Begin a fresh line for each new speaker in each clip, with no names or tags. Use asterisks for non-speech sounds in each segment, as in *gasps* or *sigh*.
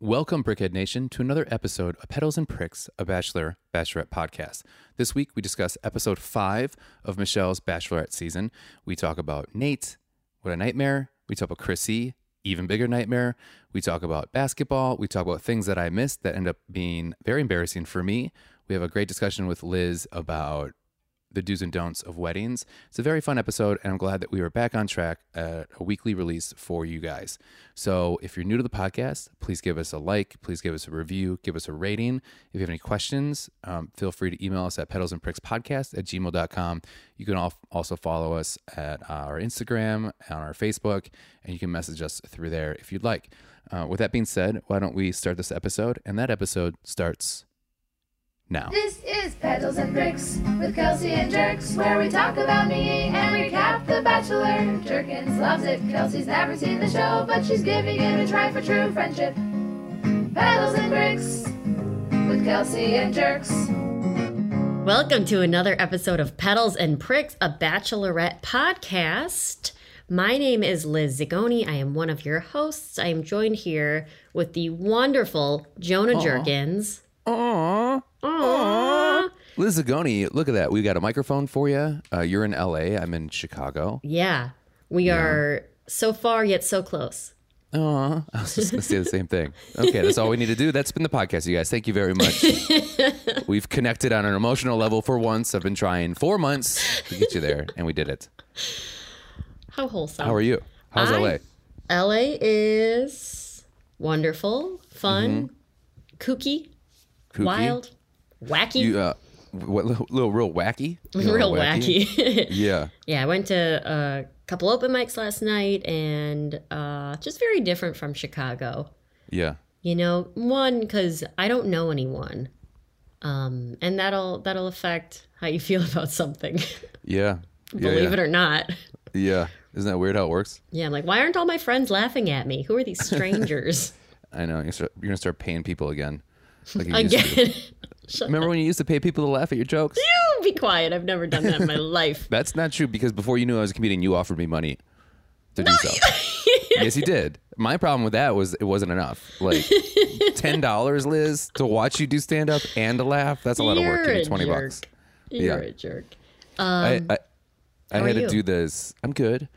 Welcome, Brickhead Nation, to another episode of Petals and Pricks, a Bachelor Bachelorette podcast. This week, we discuss episode five of Michelle's Bachelorette season. We talk about Nate, what a nightmare. We talk about Chrissy, even bigger nightmare. We talk about basketball. We talk about things that I missed that end up being very embarrassing for me. We have a great discussion with Liz about the do's and don'ts of weddings. It's a very fun episode, and I'm glad that we are back on track at a weekly release for you guys. So if you're new to the podcast, please give us a like, please give us a review, give us a rating. If you have any questions, um, feel free to email us at pedals and pricks podcast at gmail.com. You can al- also follow us at our Instagram, on our Facebook, and you can message us through there if you'd like. Uh, with that being said, why don't we start this episode? And that episode starts now.
This is Petals and Bricks with Kelsey and Jerks, where we talk about me and recap The Bachelor. Jerkins loves it. Kelsey's never seen the show, but she's giving it a try for true friendship. Petals and Bricks with Kelsey and Jerks.
Welcome to another episode of Petals and Pricks, a bachelorette podcast. My name is Liz Zigoni. I am one of your hosts. I am joined here with the wonderful Jonah Jerkins.
Aww.
Aww.
Liz Zagoni, look at that. We got a microphone for you. Uh, you're in LA. I'm in Chicago.
Yeah, we are so far yet so close.
Aw, I was just going to say the same thing. Okay, that's all we need to do. That's been the podcast, you guys. Thank you very
*laughs*
much. We've connected on an emotional level for once. I've been trying four months to get you there, and we did it.
How wholesome.
How are you? How's
I-
LA?
LA is wonderful, fun, kooky,
Mm-hmm. Kooky?
wild, wacky,
You, uh, what, little, little real wacky? You know,
*laughs* real wacky. *laughs*
Yeah.
Yeah, I went to a couple open mics last night and uh, just very different from Chicago.
Yeah.
You know, one because I don't know anyone, um, and that'll that'll affect how you *laughs* feel about something,
Yeah.
*laughs* believe it or not.
Yeah. Isn't that weird how it works?
Yeah, I'm like, why aren't all my friends laughing at me? Who are
*laughs*
these strangers?
I know. You're, gonna start- you're going to start paying people again. Like you used to.
Again, *laughs*
Remember when you used to pay people to laugh at your jokes?
be quiet. I've never done that
*laughs*
in my life.
That's not true because before you knew I was a comedian, you offered me money to do so. yes, you did. My problem with that was it wasn't enough. Like ten dollars, Liz, to watch you do stand up and to laugh. That's a lot of work. Give
You're
me
a
twenty
jerk.
bucks.
You're
Yeah.
a jerk.
I, I, I
Um, are
had to
you?
do this. I'm good.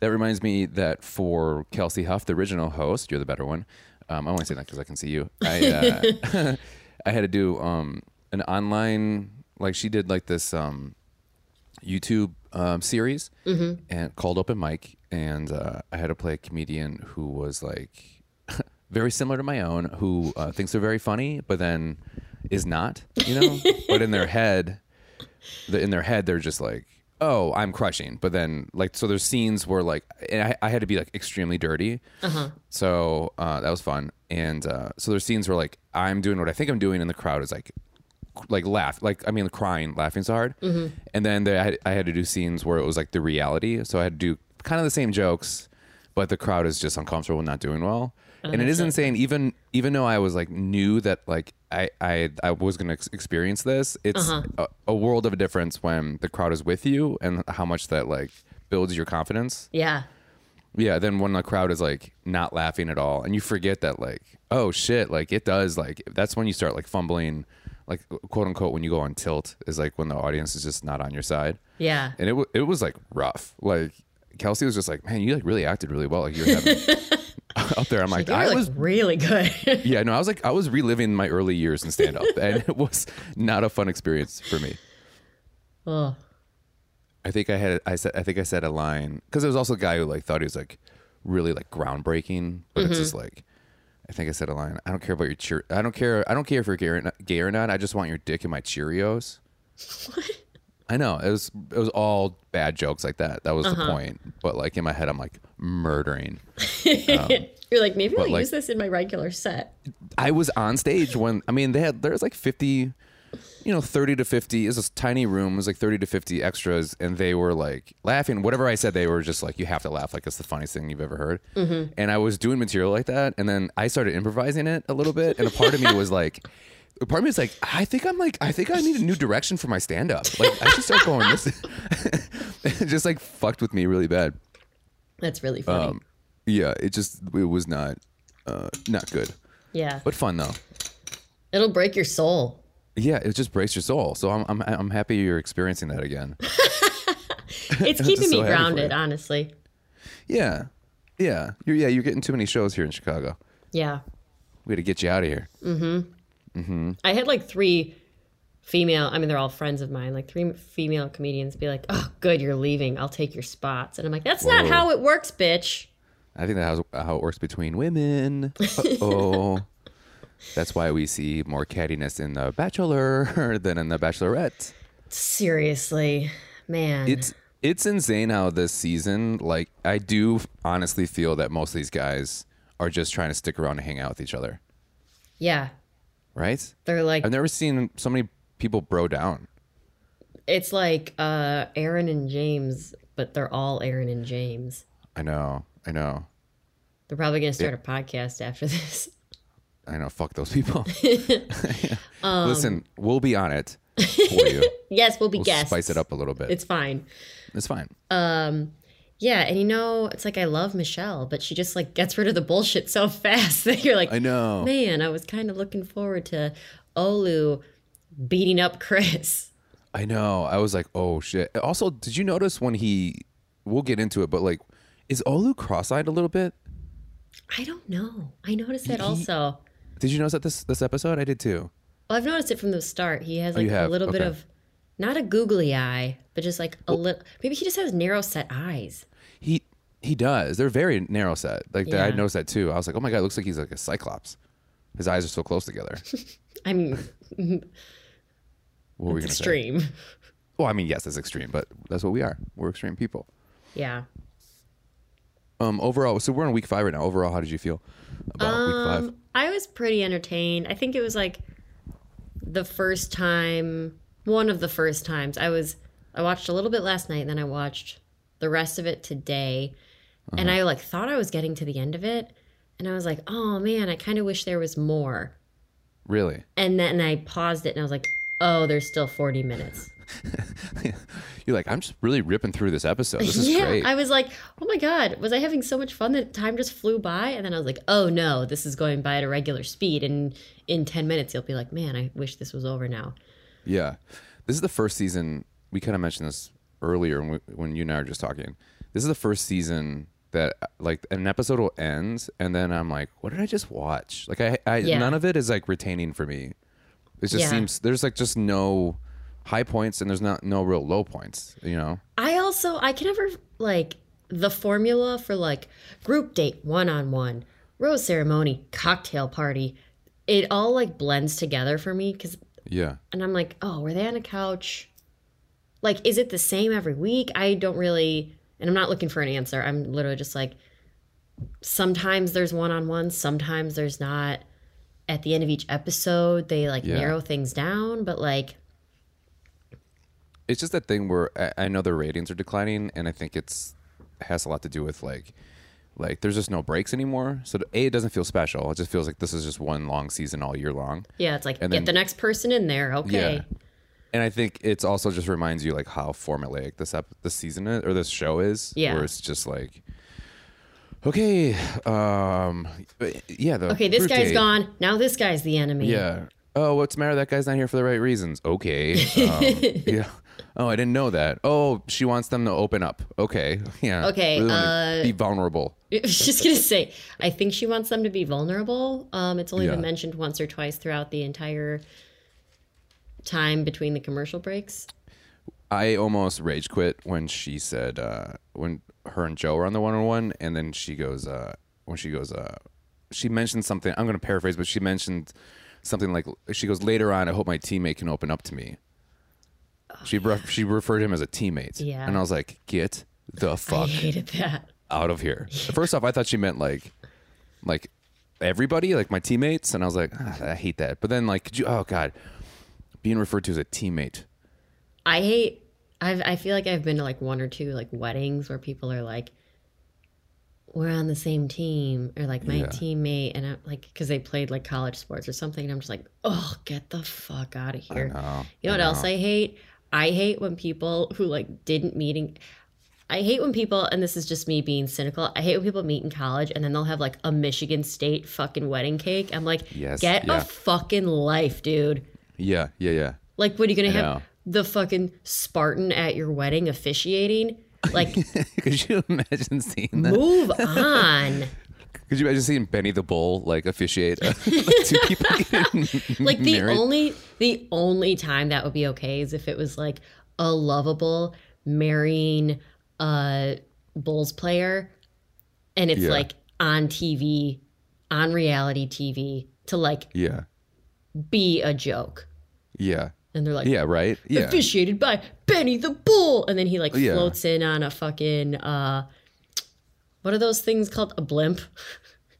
That reminds me that for Kelsey Huff, the original host, you're the better one. Um, I want to say that because I can see you. I,
*laughs*
uh, *laughs* I had to do um, an online, like she did like this um, YouTube um, series
Mm-hmm.
and called Open Mic. And uh, I had to play a comedian who was like *laughs* very similar to my own, who uh, thinks they're very funny, but then is not, you know? but in
*laughs*
their head, the, in their head they're just like oh i'm crushing but then like so there's scenes where like and i, I had to be like extremely dirty so uh, that was fun and uh, so there's scenes where like i'm doing what i think i'm doing and the crowd is like like laugh like i mean crying laughing so hard and then they, I, had, I had to do scenes where it was like the reality so i had to do kind of the same jokes but the crowd is just uncomfortable and not doing well and it is insane even even though i was like knew that like i i, I was gonna ex- experience this it's a, a world of a difference when the crowd is with you and how much that like builds your confidence
Yeah.
yeah, then when the crowd is like not laughing at all, and you forget that like, oh shit, like it does like that's when you start like fumbling, like quote unquote when you go on tilt is like when the audience is just not on your side.
Yeah.
And it wa it was like rough. Like Kelsey was just like, man, you like really acted really well. Like you were having up there. I'm like,
You're
I
like *laughs*
was
really good. *laughs*
yeah, no, I was like I was reliving my early years in stand up, and it was not a fun experience for me.
oh.
I think I had I said I think I said a line because there was also a guy who like thought he was like really like groundbreaking, but it's just like I think I said a line. I don't care about your cheer. I don't care. I don't care if you're gay or, not, gay or not. I just want your dick in my Cheerios. I know it was it was all bad jokes like that. That was the point. But like in my head, I'm like murdering.
You're like, maybe I'll
like-
use this in my regular set.
I was on stage when I mean they had there's like 50 you know 30 to 50 is this tiny room it was like 30 to 50 extras and they were like laughing whatever I said they were just like you have to laugh like it's the funniest thing you've ever heard and I was doing material like that and then I started improvising it a little bit and a part of me was like a part of me is like I think I'm like I think I need a new direction for my stand up like I should start going this *laughs* it just like fucked with me really bad Um,
That's really funny.
yeah it just it was not uh not good
Yeah.
But fun though.
It'll break your soul.
Yeah, it just breaks your soul. So I'm I'm I'm happy you're experiencing that again.
It's keeping
so happy
me
for
grounded,
you.
honestly.
Yeah. Yeah. You're yeah, you're getting too many shows here in Chicago.
Yeah.
We got to get you out of here.
I had like three female, I mean, they're all friends of mine, like three female comedians be like, oh, good, you're leaving. I'll take your spots. And I'm like, that's not
Whoa.
how it works, bitch.
I think that's how it works between women. Oh. that's why we see more cattiness in the bachelor *laughs* than in the bachelorette.
Seriously, man.
It's it's insane how this season like I do honestly feel that most of these guys are just trying to stick around and hang out with each other,
yeah.
right?
They're like,
I've never seen so many people bro down.
it's like uh, Aaron and James, but they're all Aaron and James.
I know. I know.
They're probably going to start a podcast after *laughs* this.
I know. Fuck those
*laughs*
people. *laughs*
Um,
Listen, we'll be on it for
*laughs*
you.
yes, we'll be
We'll
guests.
spice it up a little bit. It's,
It's Uh, fine.
fine.
Yeah, and you know, it's like I love Michelle, but she just like gets rid of the bullshit so *laughs* fast that you're like,
I know.
man, I was kind of looking forward to Olu beating up Chris.
I know. I was like, oh shit. Also, did you notice when he? We'll get into it, but like, is Olu cross-eyed a little bit?
I don't know. I noticed that
He-
also.
Did you notice that this this episode? I did too.
Well, I've noticed it from the start. He has
Oh,
like
you
a
have?
little bit
Okay.
of not a googly eye, but just like a little. Maybe he just has narrow set eyes.
He he does. They're very narrow set. Like I
Yeah.
noticed that too. I was like, oh my god, it looks like he's like a cyclops. His eyes are so close
*laughs*
together. *laughs*
I mean,
What were we gonna say?
extreme.
Well, I mean, yes, that's extreme, but that's what we are. We're extreme people.
Yeah.
Um, overall, so we're on week five right now. Overall, how did you feel about week five?
Um, I was pretty entertained. I think it was like the first time, one of the first times I was. I watched a little bit last night, then I watched the rest of it today, and I like thought I was getting to the end of it, and I was like, oh man, I kind of wish there was more.
Really? *laughs*
And then I paused it, and I was like, oh, there's still 40 minutes.
You're like, I'm just really ripping through this episode. This is
yeah,
great.
I was like, oh my god, was I having so much fun that time just flew by? And then I was like, oh no, this is going by at a regular speed, and in ten minutes you'll be like, man, I wish this was over now.
yeah. This is the first season. We kind of mentioned this earlier when, we, when you and I were just talking. This is the first season that like an episode will end, and then I'm like, what did I just watch? Like, I, I
Yeah.
none of it is like retaining for me. It just
Yeah.
seems there's like just no high points, and there's not no real low points. You know?
I also I can never like the formula for like group date, one on one, rose ceremony, cocktail party. It all like blends together for me because,
Yeah.
and I'm like, oh, were they on a couch? Like, is it the same every week? I don't really, and I'm not looking for an answer. I'm literally just like, sometimes there's one on one, sometimes there's not. At the end of each episode, they like
Yeah.
narrow things down, but like,
it's just that thing where I, I know their ratings are declining, and I think it's has a lot to do with like like there's just no breaks anymore. So a it doesn't feel special. It just feels like this is just one long season all year long.
yeah, it's like
And
get
then-
the next person in there. Okay.
And I think it's also just reminds you like how formulaic this up this season is, or this show is.
Yeah.
Where it's just like, okay, um, but yeah. The
Okay, this
group
guy's
date.
gone. Now this guy's the enemy.
Yeah. Oh, what's the matter? That guy's not here for the right reasons.
*laughs*
Okay. Um, yeah. Oh, I didn't know that. Oh, she wants them to open up. Okay. *laughs* Yeah.
Okay, uh,
wanna be vulnerable.
I was *laughs* just gonna say, I think she wants them to be vulnerable. Um, it's only
Yeah.
been mentioned once or twice throughout the entire time between the commercial breaks.
I almost rage quit when she said uh, when her and Joe were on the one on one, and then she goes uh, when she goes uh, she mentioned something. I'm going to paraphrase, but she mentioned something like she goes later on. I hope my teammate can open up to me. She ref- she referred to him as a teammate.
Yeah.
And I was like, get the
I
fuck
hated that.
out of here. First off, I thought she meant like, like everybody, like my teammates, and I was like, "Ah, I hate that. But then like, could you, oh god, being referred to as a teammate.
I hate. I've, I feel like I've been to like one or two like weddings where people are like, "We're on the same team," or like my
Yeah.
teammate, and I'm like, because they played like college sports or something, and I'm just like, "Oh, get the fuck out of here!"
know,
you know what else I hate? I hate when people who like didn't meeting. I hate when people, and this is just me being cynical, I hate when people meet in college and then they'll have like a Michigan State fucking wedding cake. I'm like,
Yes,
get
yeah.
a fucking life, dude.
Yeah, yeah, yeah. *laughs*
Like, what are you going to have?
know.
The fucking Spartan at your wedding
*laughs*
officiating? Like,
Could you imagine seeing that?
move
*laughs*
on.
Could you imagine seeing Benny the Bull like officiate uh, *laughs* like, two people getting
like the
married?
only the only time that would be okay is if it was like a lovable marrying a bulls player and it's
Yeah.
like on tv on reality tv to like
Yeah,
be a joke
yeah,
and they're like
yeah. Right? Yeah,
officiated by benny the bull and then he like
Yeah.
floats in on a fucking uh what are those things called a blimp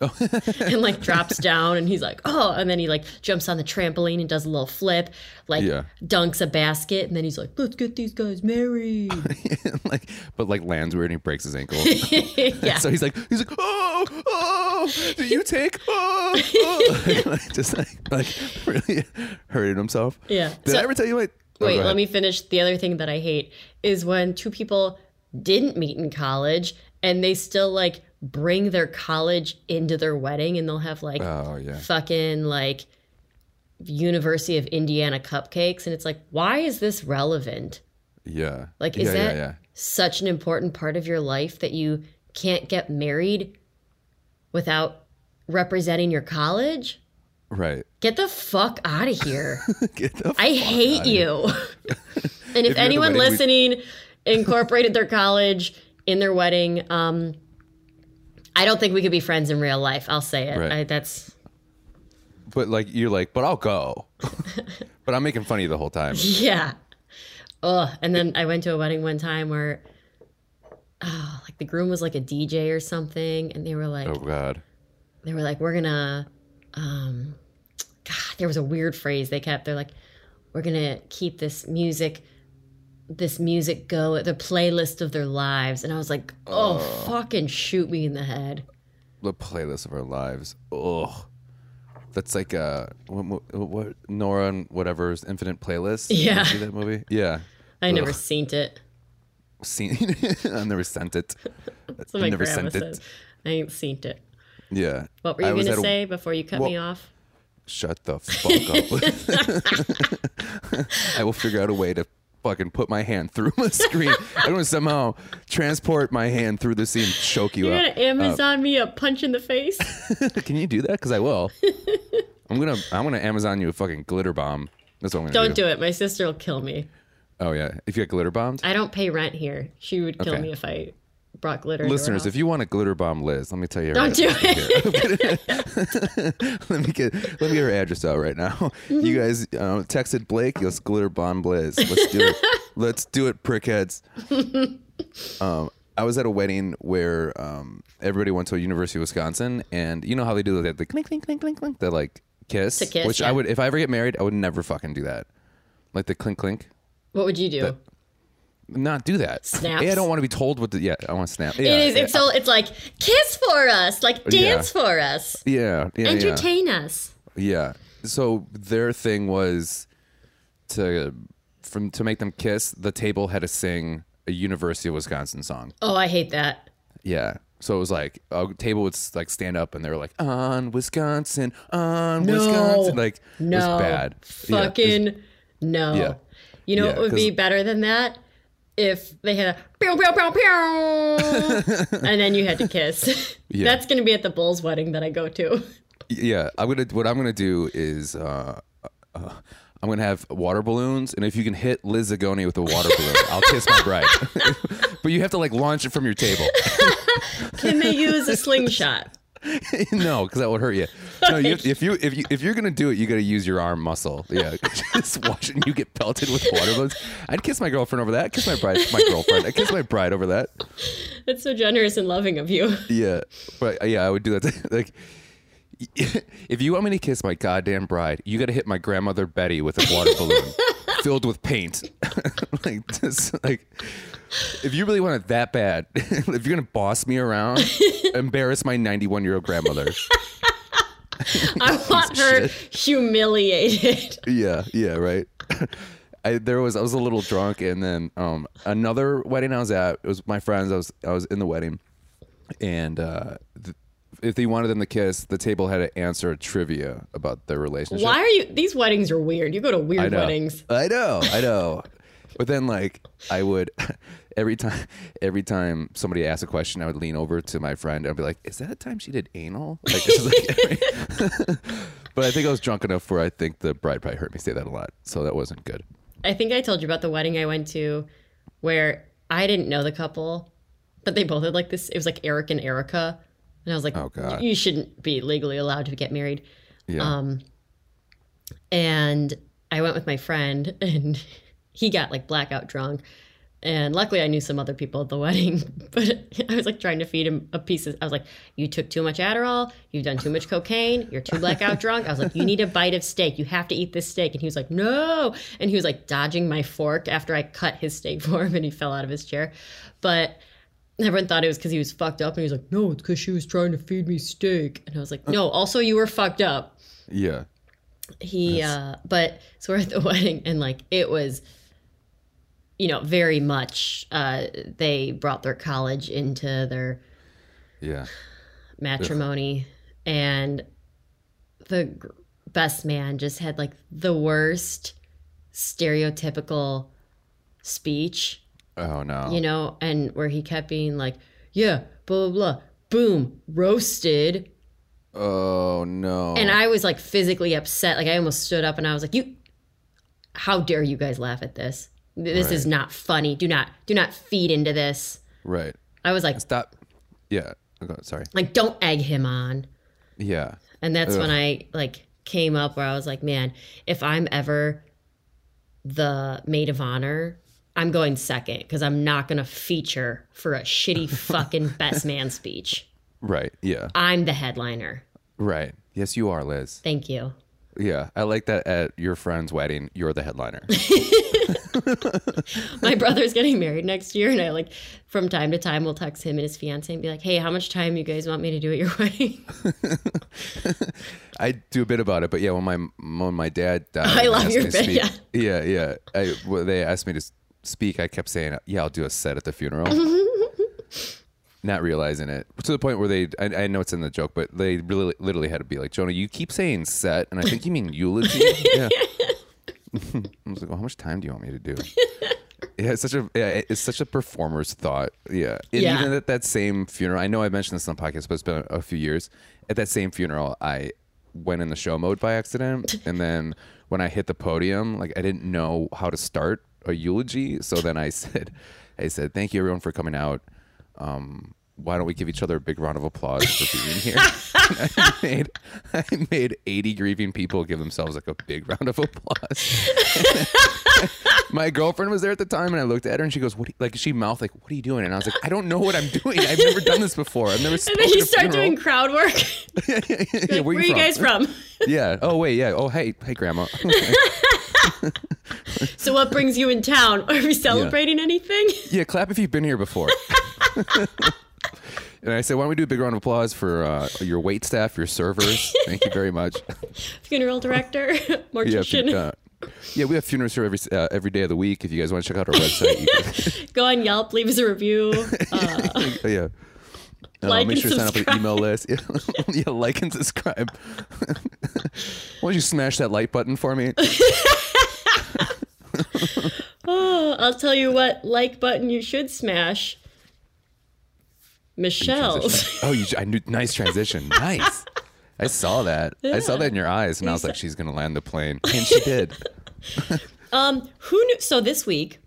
Oh.
*laughs* and like drops down and he's like oh and then he like jumps on the trampoline and does a little flip like
Yeah.
dunks a basket and then he's like let's get these
*laughs*
guys married
*laughs*
*laughs*
like, but like lands weird and he breaks his ankle.
yeah
So he's like, he's like, oh, oh, did you take? Oh,
*laughs*
oh. like, just like, like really hurting himself.
Yeah.
Did
So-
I ever tell you what? oh,
wait
go
let
ahead.
me finish the other thing that i hate is when two people didn't meet in college and they still like bring their college into their wedding and they'll have like
Oh yeah.
fucking like University of Indiana cupcakes. And it's like, why is this relevant?
Yeah.
Like, is
yeah,
that
Yeah, yeah.
such an important part of your life that you can't get married without representing your college?
Right.
Get the fuck out of here.
*laughs* Get the
I
*laughs*
hate you.
If
and if,
you're at the
anyone
wedding, we-
listening incorporated their college in their wedding, um, I don't think we could be friends in real life. I'll say it.
Right.
I, that's
But like you're like, but I'll
*laughs*
go. but I'm making fun of you the whole time.
Yeah. Ugh. And then I went to a wedding one time where, oh, like the groom was like a DJ or something, and they were like,
Oh God.
they were like, we're gonna, um, God, there was a weird phrase they kept. They're like, we're gonna keep this music, this music go the playlist of their lives, and I was like, oh, fucking shoot me in the head.
The playlist of our lives. Ugh. That's like uh, what, mo- what Nora and whatever's infinite playlist. You
Yeah.
See that movie? Yeah.
I never seen it.
Seen. *laughs* I never sent it.
That's what my
never
grandma
sent it.
said. I ain't seen it.
Yeah.
What were
I
you
was
gonna
at a-
say before you cut me
Well-
off?
Shut the fuck up. *laughs* I will figure out a way to fucking put my hand through my screen. I'm gonna somehow transport my hand through the scene, choke you
You're
out.
gonna Amazon me a punch in the face.
Can you do that? Because I will. I'm gonna I'm gonna Amazon you a fucking glitter bomb. That's what I'm gonna
Don't do it. My sister will kill me.
Oh yeah. If you get glitter bombed.
I don't pay rent here. She would kill
Okay.
me if I brought glitter.
Listeners,
into
if you want a glitter bomb Liz, let me tell you her
her
*laughs* ad-
house. don't do it. *laughs*
*laughs* let me get let me get her address out right now. *laughs*
Mm-hmm.
You guys um, texted Blake, let's glitter bomb Liz. Let's do
*laughs*
it. let's do it, prickheads. um, I was at a wedding where um, everybody went to University of Wisconsin, and you know how they do that, the clink, clink, clink, clink, clink, the like kiss,
The kiss,
which
yeah.
I would, if I ever get married, I would never fucking do that, like the clink, clink.
what would you do?
Not do that.
Snaps.
Hey, I don't want to be told what the yeah. I want to snap. Yeah,
it is.
Yeah,
It's so. It's like kiss for us. Like dance for us.
yeah, yeah, yeah.
Entertain us.
Yeah. So their thing was to from to make them kiss. The table had to sing a University of Wisconsin song.
Oh, I hate that.
Yeah. So it was like a table would s- like stand up and they were like on Wisconsin, on
No.
Wisconsin. Like it
No.
was bad. Yeah, it was-
Fucking no.
Yeah.
You know
Yeah,
what would be
'cause-
better than that? If they had a pew pew
*laughs*
pew pew, and then you had to kiss. *laughs*
Yeah.
That's gonna be at the Bulls wedding that I go to.
yeah. I'm gonna what I'm gonna do is uh, uh, I'm gonna have water balloons, and if you can hit Liz Zagoni with a water balloon, I'll kiss my bride. *laughs* but you have to like launch it from your table.
Can they use
*laughs*
a slingshot?
no, because that would hurt you. No, you, if you if you if you're gonna do it, you gotta use your arm muscle. Yeah, *laughs* just watching you get pelted with water balloons. I'd kiss my girlfriend over that. I'd kiss my bride, my girlfriend. I would kiss my bride over that.
That's so generous and loving of you.
Yeah, but uh, yeah, I would do that. *laughs* like, if you want me to kiss my goddamn bride, you gotta hit my grandmother Betty with a water balloon filled with paint. *laughs* like, just like, if you really want it that bad, *laughs* if you're gonna boss me around, embarrass my 91 year old grandmother.
I want her
*laughs* Oh, shit.
humiliated.
Yeah, yeah, right. *laughs* I there was I was a little drunk, and then um another wedding I was at it was my friends. I was I was in the wedding, and uh, th- if they wanted them to kiss, the table had to answer a trivia about their relationship.
Why are you? These weddings are weird. You go to
I
weird
know.
weddings.
I know, I know. but then like I would *laughs* every time every time somebody asked a question, I would lean over to my friend and I'd be like, Is that the time she did anal? Like, this is like *laughs* every- But I think I was drunk enough where I think the bride probably heard me say that a lot. So that wasn't good.
I think I told you about the wedding I went to where I didn't know the couple, but they both had like this. It was like Eric and Erica. And I was like,
Oh, God.
you shouldn't be legally allowed to get married.
Yeah.
Um, and I went with my friend, *laughs* and he got like blackout drunk. And luckily, I knew some other people at the *laughs* wedding, but I was like trying to feed him a piece. Of, I was like, "You took too much Adderall. You've done too much cocaine. You're too blackout drunk." I was like, "You need a bite of steak. You have to eat this steak." And he was like, "No!" And he was like dodging my fork after I cut his steak for him, and he fell out of his chair. But Everyone thought it was because he was fucked up, and he was like, "No, it's because she was trying to feed me steak." And I was like, "No, also you were fucked up."
yeah.
He, uh, but *laughs* so we're at the wedding, and like it was, you know, very much. Uh, they brought their college into their
Yeah.
matrimony, and the gr- best man just had like the worst stereotypical speech
Oh no.
you know, and where he kept being like, yeah, blah, blah, blah, boom, roasted.
oh no.
And I was like physically upset. Like I almost stood up and I was like, you, how dare you guys laugh at this? This is not funny. Do not, do not feed into this.
right.
I was like,
Stop. Yeah. Okay, sorry.
like, don't egg him on.
Yeah.
And that's when I like came up where I was like, man, if I'm ever the maid of honor, I'm going second because I'm not going to feature for a shitty fucking best man speech.
Right. Yeah.
I'm the headliner.
Right. Yes, you are, Liz.
Thank you.
Yeah. I like that at your friend's wedding, you're the headliner.
My *laughs* brother's getting married next year, and I like from time to time will text him and his fiance and be like, "Hey, how much time you guys want me to do at your *laughs* wedding?"
I do a bit about it, but yeah, when my when my dad died, and they
love
asked
your
me to
bit,
speak- yeah, yeah. I, when they asked me to s- speak, I kept saying, "Yeah, I'll do a set at the
*laughs*
funeral," not realizing it to the point where they. I, I know it's in the joke, but they really literally had to be like, "Jonah, you keep saying set, and I think you mean
*laughs*
eulogy." yeah. I was like, well, "How much time do you want me to do?" Yeah, it's such a yeah, it's such a performer's thought. Yeah, and
Yeah.
even at that same funeral, I know I mentioned this on the podcast, but it's been a, few years. At that same funeral, I went in the show mode by accident, and then when I hit the podium, like I didn't know how to start a eulogy, so then I *laughs* said, I said, "Thank you everyone for coming out." Um, why don't we give each other a big round of applause for being here? I made I made eighty grieving people give themselves like a big round of applause *laughs* my girlfriend was there at the time and I looked at her and she goes, What do you-" like she mouthed like, What are you doing? And I was like, I don't know what I'm doing. I've never done this before. I've never
And
spoken
then Oh, you
at a
start
funeral."
doing crowd
*laughs*
work. *laughs*
yeah,
Where, you guys from?
Yeah. Oh wait, yeah. Oh hey, hey grandma. *laughs*
so what brings you in town? Are we celebrating anything? *laughs*
yeah, clap if you've been here before. *laughs* and I said, Why don't we do a big round of applause for uh, your wait staff, your servers? Thank you very much.
Funeral director, *laughs*
yeah, if you-
mortician.
uh, yeah, we have funerals here every uh, every day of the week. If you guys want to check out our website, you can-
Go on Yelp, leave us a *laughs* review. Uh, *laughs*
yeah. Uh,
Like
make
and
sure to sign up for the email list. *laughs* Yeah, yeah, like and subscribe. *laughs* Why don't you smash that like button for
*laughs*
me?
oh, I'll tell you what like button you should smash. Michelle's.
Transition. Oh, you, I knew. Nice transition. Nice. I saw that. I saw that in your eyes, and I was like, "She's gonna land the
*laughs*
plane," and she did.
*laughs* Who knew? So this week,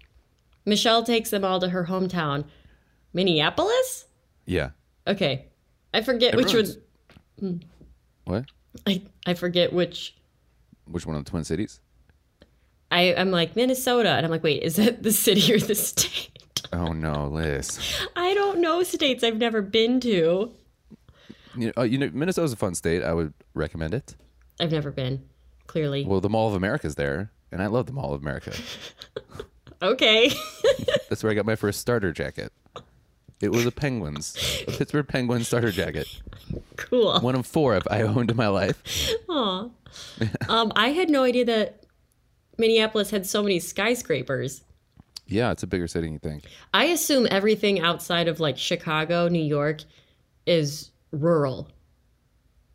Michelle takes them all to her hometown, Minneapolis.
Yeah.
Okay, I forget which
Everyone's- What?
one. I, I forget which.
Which one of the Twin Cities?
I I'm like Minnesota, and I'm like, wait, is that the city or the state? *laughs*
Oh no, Liz.
I don't know states I've never been to.
You know, uh, you know, Minnesota's a fun state. I would recommend it.
I've never been. Clearly,
Well, the Mall of America's there, and I love the Mall of America.
okay. *laughs*
That's where I got my first starter jacket. It was a Penguins, a Pittsburgh Penguins starter jacket.
cool.
One of *laughs* four I've I owned in my life.
Aw. um, I had no idea that Minneapolis had so many skyscrapers.
Yeah, it's a bigger city than you think.
I assume everything outside of like Chicago, New York is rural,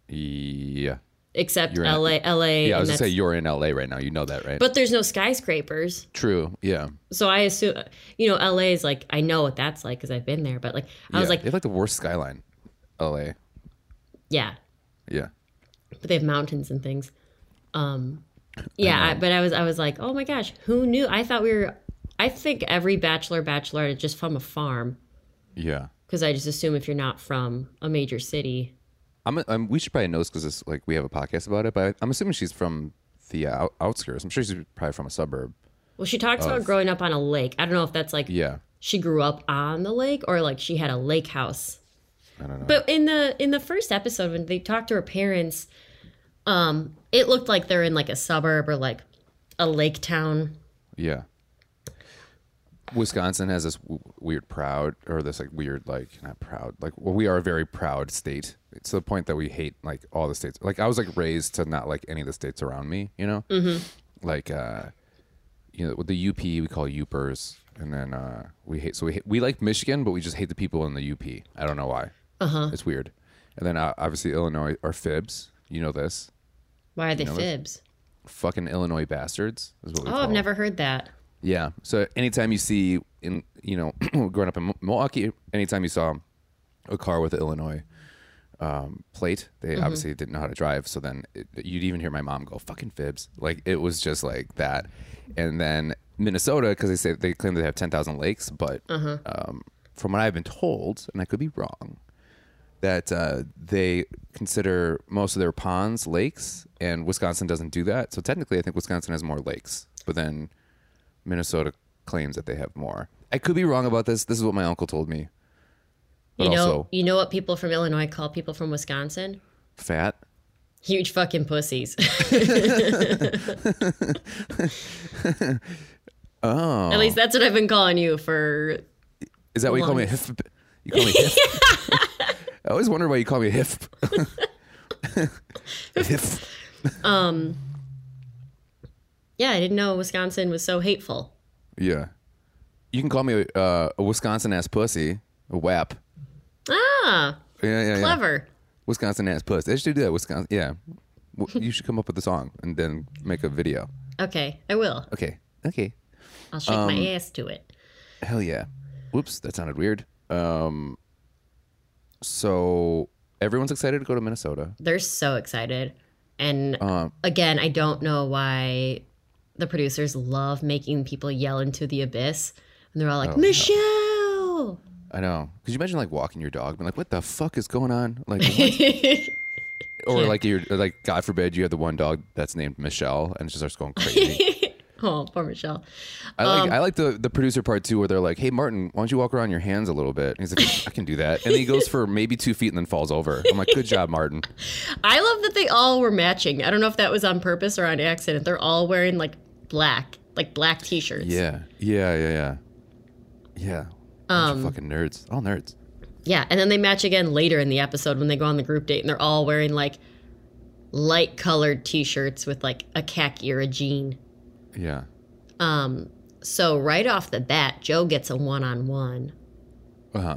Yeah.
except
You're in-
LA. LA
Yeah, I
and
was gonna say
that's-
you're in LA right now. You know that, right?
but there's no skyscrapers.
True. Yeah.
So I assume, you know, LA is like, I know what that's like because I've been there, but like, I was
Yeah.
like,
they have like the worst skyline, LA.
yeah,
Yeah.
but they have mountains and things. Um, yeah, I, but I was I was like, oh my gosh, who knew? I thought we were. I think every bachelor bachelorette is just from a farm
Yeah.
because I just assume if you're not from a major city,
I'm, I'm we should probably know this because like we have a podcast about it, but I'm assuming she's from the out, outskirts. I'm sure she's probably from a suburb.
well, she talks about growing up on a lake. I don't know if that's like
Yeah.
she grew up on the lake or like she had a lake house.
I don't know.
But in the in the first episode when they talked to her parents, um, it looked like they're in like a suburb or like a lake town.
Yeah. Wisconsin has this w- weird proud or this like weird like not proud like well we are a very proud state It's to the point that we hate like all the states like I was like raised to not like any of the states around me you know
Mm-hmm.
like uh you know with the UP we call Upers and then uh we hate so we hate, we like Michigan but we just hate the people in the UP I don't know why uh-huh it's weird and then uh, obviously Illinois are fibs you know this
Why are they
know, that's-
fibs?
fucking Illinois bastards is what we
Oh,
call
I've
them.
never heard that.
Yeah. So anytime you see in you know *clears throat* growing up in Mo- Milwaukee, anytime you saw a car with an Illinois um, plate, they obviously didn't know how to drive. So then it, you'd even hear my mom go "fucking fibs," like it was just like that. And then Minnesota, because they say they claim they have ten thousand lakes, but um, from what I've been told, and I could be wrong, that uh, they consider most of their ponds lakes, and Wisconsin doesn't do that. So technically, I think Wisconsin has more lakes, but then Minnesota claims that they have more. I could be wrong about this. This is what my uncle told me. But
you know,
also,
you know what people from Illinois call people from Wisconsin?
fat.
Huge fucking pussies. *laughs* oh. At least that's what I've been calling you for.
Is that what you call me? Hif? You call me hif? I always wonder why you call me hif. *laughs* hif.
Yeah, I didn't know Wisconsin was so hateful.
Yeah. You can call me a, uh, a Wisconsin ass pussy, a WAP.
Ah,
Yeah, yeah, yeah.
clever.
Wisconsin ass pussy. They should do that. Wisconsin. Yeah. W- You should come up with a song and then make a video.
Okay, I will.
Okay. Okay.
I'll shake my ass to it.
Hell yeah. Whoops, that sounded weird. Um so everyone's excited to go to Minnesota.
They're so excited. And again, I don't know why the producers love making people yell into the abyss. And they're all like, Michelle!
I know. Could you imagine like walking your dog and like what the fuck is going on? Like
*laughs*
what? or like you're like god forbid you have the one dog that's named Michelle and it just starts going crazy.
oh, poor Michelle.
I like I like the the producer part too where they're like, "Hey Martin, why don't you walk around on your hands a little bit?" And he's like, "I can do that." And then he goes for maybe 2 feet and then falls over. I'm like, "Good job, Martin."
I love that they all were matching. I don't know if that was on purpose or on accident. They're all wearing like black, like black t-shirts.
Yeah. Yeah, yeah, yeah. Yeah. Bunch of fucking nerds. All nerds.
Yeah, and then they match again later in the episode when they go on the group date and they're all wearing like light colored t-shirts with like a khaki or a jean.
Yeah.
Um so right off the bat, Joe gets a one-on-one
Uh-huh.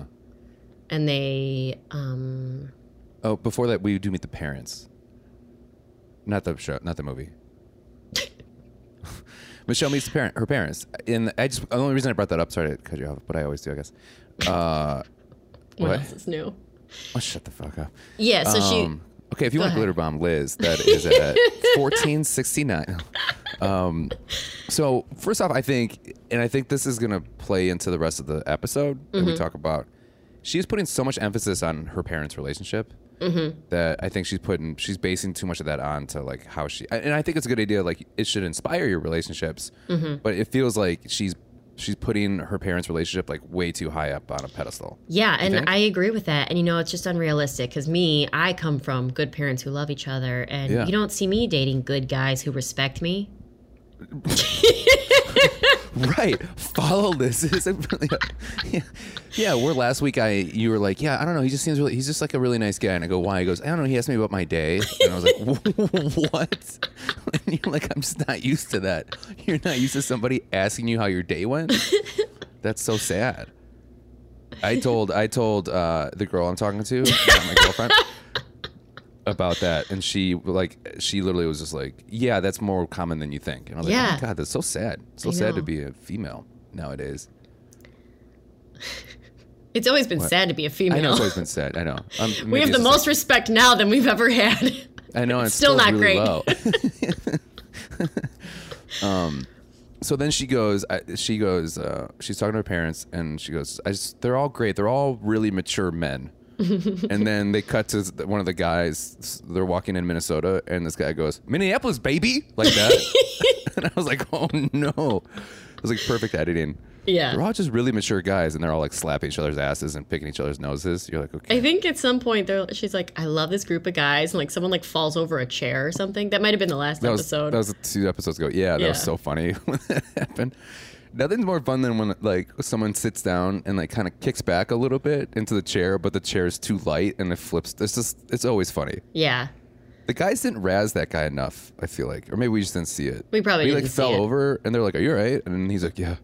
and they um
Oh, before that, we do meet the parents. Not the show, not the movie. *laughs* Michelle meets the parent, her parents, and I just the only reason I brought that up. Sorry to cut you off, but I always do, I guess. Uh,
what,
what?
else is new?
Oh, shut the fuck up.
Yeah, so she
Um, okay, if you want to glitter bomb Liz,
*laughs*
that is at fourteen sixty nine. Um, so first off, I think, and I think this is gonna play into the rest of the episode that
Mm-hmm.
we talk about. She's putting so much emphasis on her parents' relationship
Mm-hmm.
that I think she's putting she's basing too much of that on to like how she and I think it's a good idea. Like it should inspire your relationships,
Mm-hmm.
but it feels like she's she's putting her parents' relationship like way too high up on a pedestal.
Yeah, and
think?
I agree with that. And you know, it's just unrealistic because me, I come from good parents who love each other, and
Yeah.
you don't see me dating good guys who respect me.
right. Follow this. *laughs* It's a really- yeah. yeah, where last week I you were like, yeah, I don't know. He just seems really. He's just like a really nice guy. And I go, why? He goes, I don't know. He asked me about my day, and I was like, *laughs* what? And you're like, I'm just not used to that. You're not used to somebody asking you how your day went. That's so sad. I told I told uh, the girl I'm talking to, not my girlfriend, about that, and she like she literally was just like, "Yeah, that's more common than you think." And I was
Yeah.
like, "Oh my god, that's so sad. So
I
sad
know.
to be a female nowadays."
It's always been sad to be a female.
I know it's always been sad. I know. Um,
*laughs* we
maybe
have
it's just, like,
the most respect now than we've ever had. *laughs*
I know. And it's
Still
still,
not
really
great.
Low. *laughs* um, so then she goes. I, she goes. Uh, she's talking to her parents, and she goes. I just, they're all great. They're all really mature *laughs* men. and then they cut to th- one of the guys. They're walking in Minnesota, and this guy goes, "Minneapolis, baby," like that. *laughs* and I was like, "Oh no!" It was like perfect editing. They're
yeah.
all just really mature guys, and they're all like slapping each other's asses and picking each other's noses. You're like, okay,
I think at some point there she's like, I love this group of guys, and like someone like falls over a chair or something. That might have been the last
That was,
episode.
that was two episodes ago. Yeah, that was
Yeah.
so funny *laughs* when that happened. Nothing's more fun than when like someone sits down and like kind of kicks back a little bit into the chair, but the chair is too light and it flips. It's just it's always funny.
yeah.
The guys didn't razz that guy enough. I feel like, or maybe we just didn't see it.
We probably
he
didn't
like
see
fell
it.
over and they're like, "Are you all right?" And he's like, "Yeah."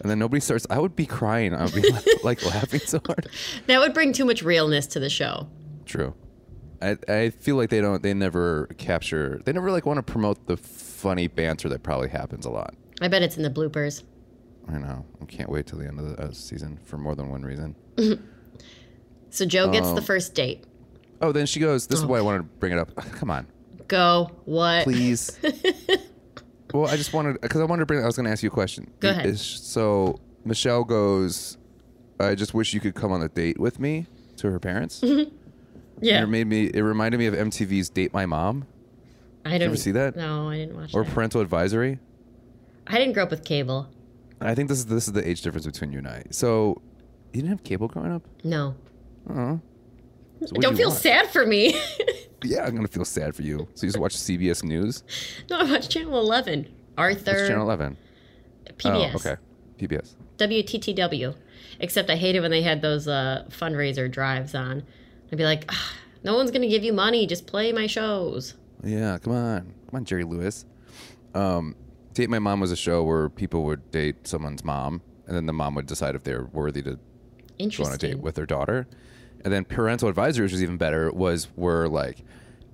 And then nobody starts. I would be crying. I would be
*laughs*
like, like laughing so hard.
That would bring too much realness to the show.
True. I, I feel like they don't. They never capture. They never like want to promote the funny banter that probably happens a lot.
I bet it's in the bloopers.
I know. I can't wait till the end of the uh, season for more than one reason.
So Joe gets the first date.
Oh, then she goes. This is why I wanted to bring it up. *laughs* Come on,
Go what?
please. well, I just wanted because I wanted to bring. I was going to ask you a question.
Go ahead.
Is- so Michelle goes. I just wish you could come on a date with me to her
*laughs*
parents.
*laughs* Yeah.
It made me. It reminded me of MTV's Date My Mom
I didn't
see that?
No, I didn't watch
or
that.
Parental Advisory.
I didn't grow up with cable.
I think this is this is the age difference between you and I. So you didn't have cable growing up.
No.
Uh-huh. So what
Don't
did you
feel
watch?
sad for me. *laughs*
Yeah, I'm gonna feel sad for you. So you just watch CBS News.
no, I watched Channel 11. Arthur.
It's Channel 11.
PBS.
Oh, okay. PBS.
WTTW. Except I hated when they had those uh, fundraiser drives on. I'd be like, "Ugh, no one's going to give you money. Just play my shows.
Yeah, come on. Come on, Jerry Lewis. Um, Date My Mom was a show where people would date someone's mom, and then the mom would decide if they're worthy to go on a
Interesting.
date with their daughter. And then Parental Advisory, which was even better, was where like,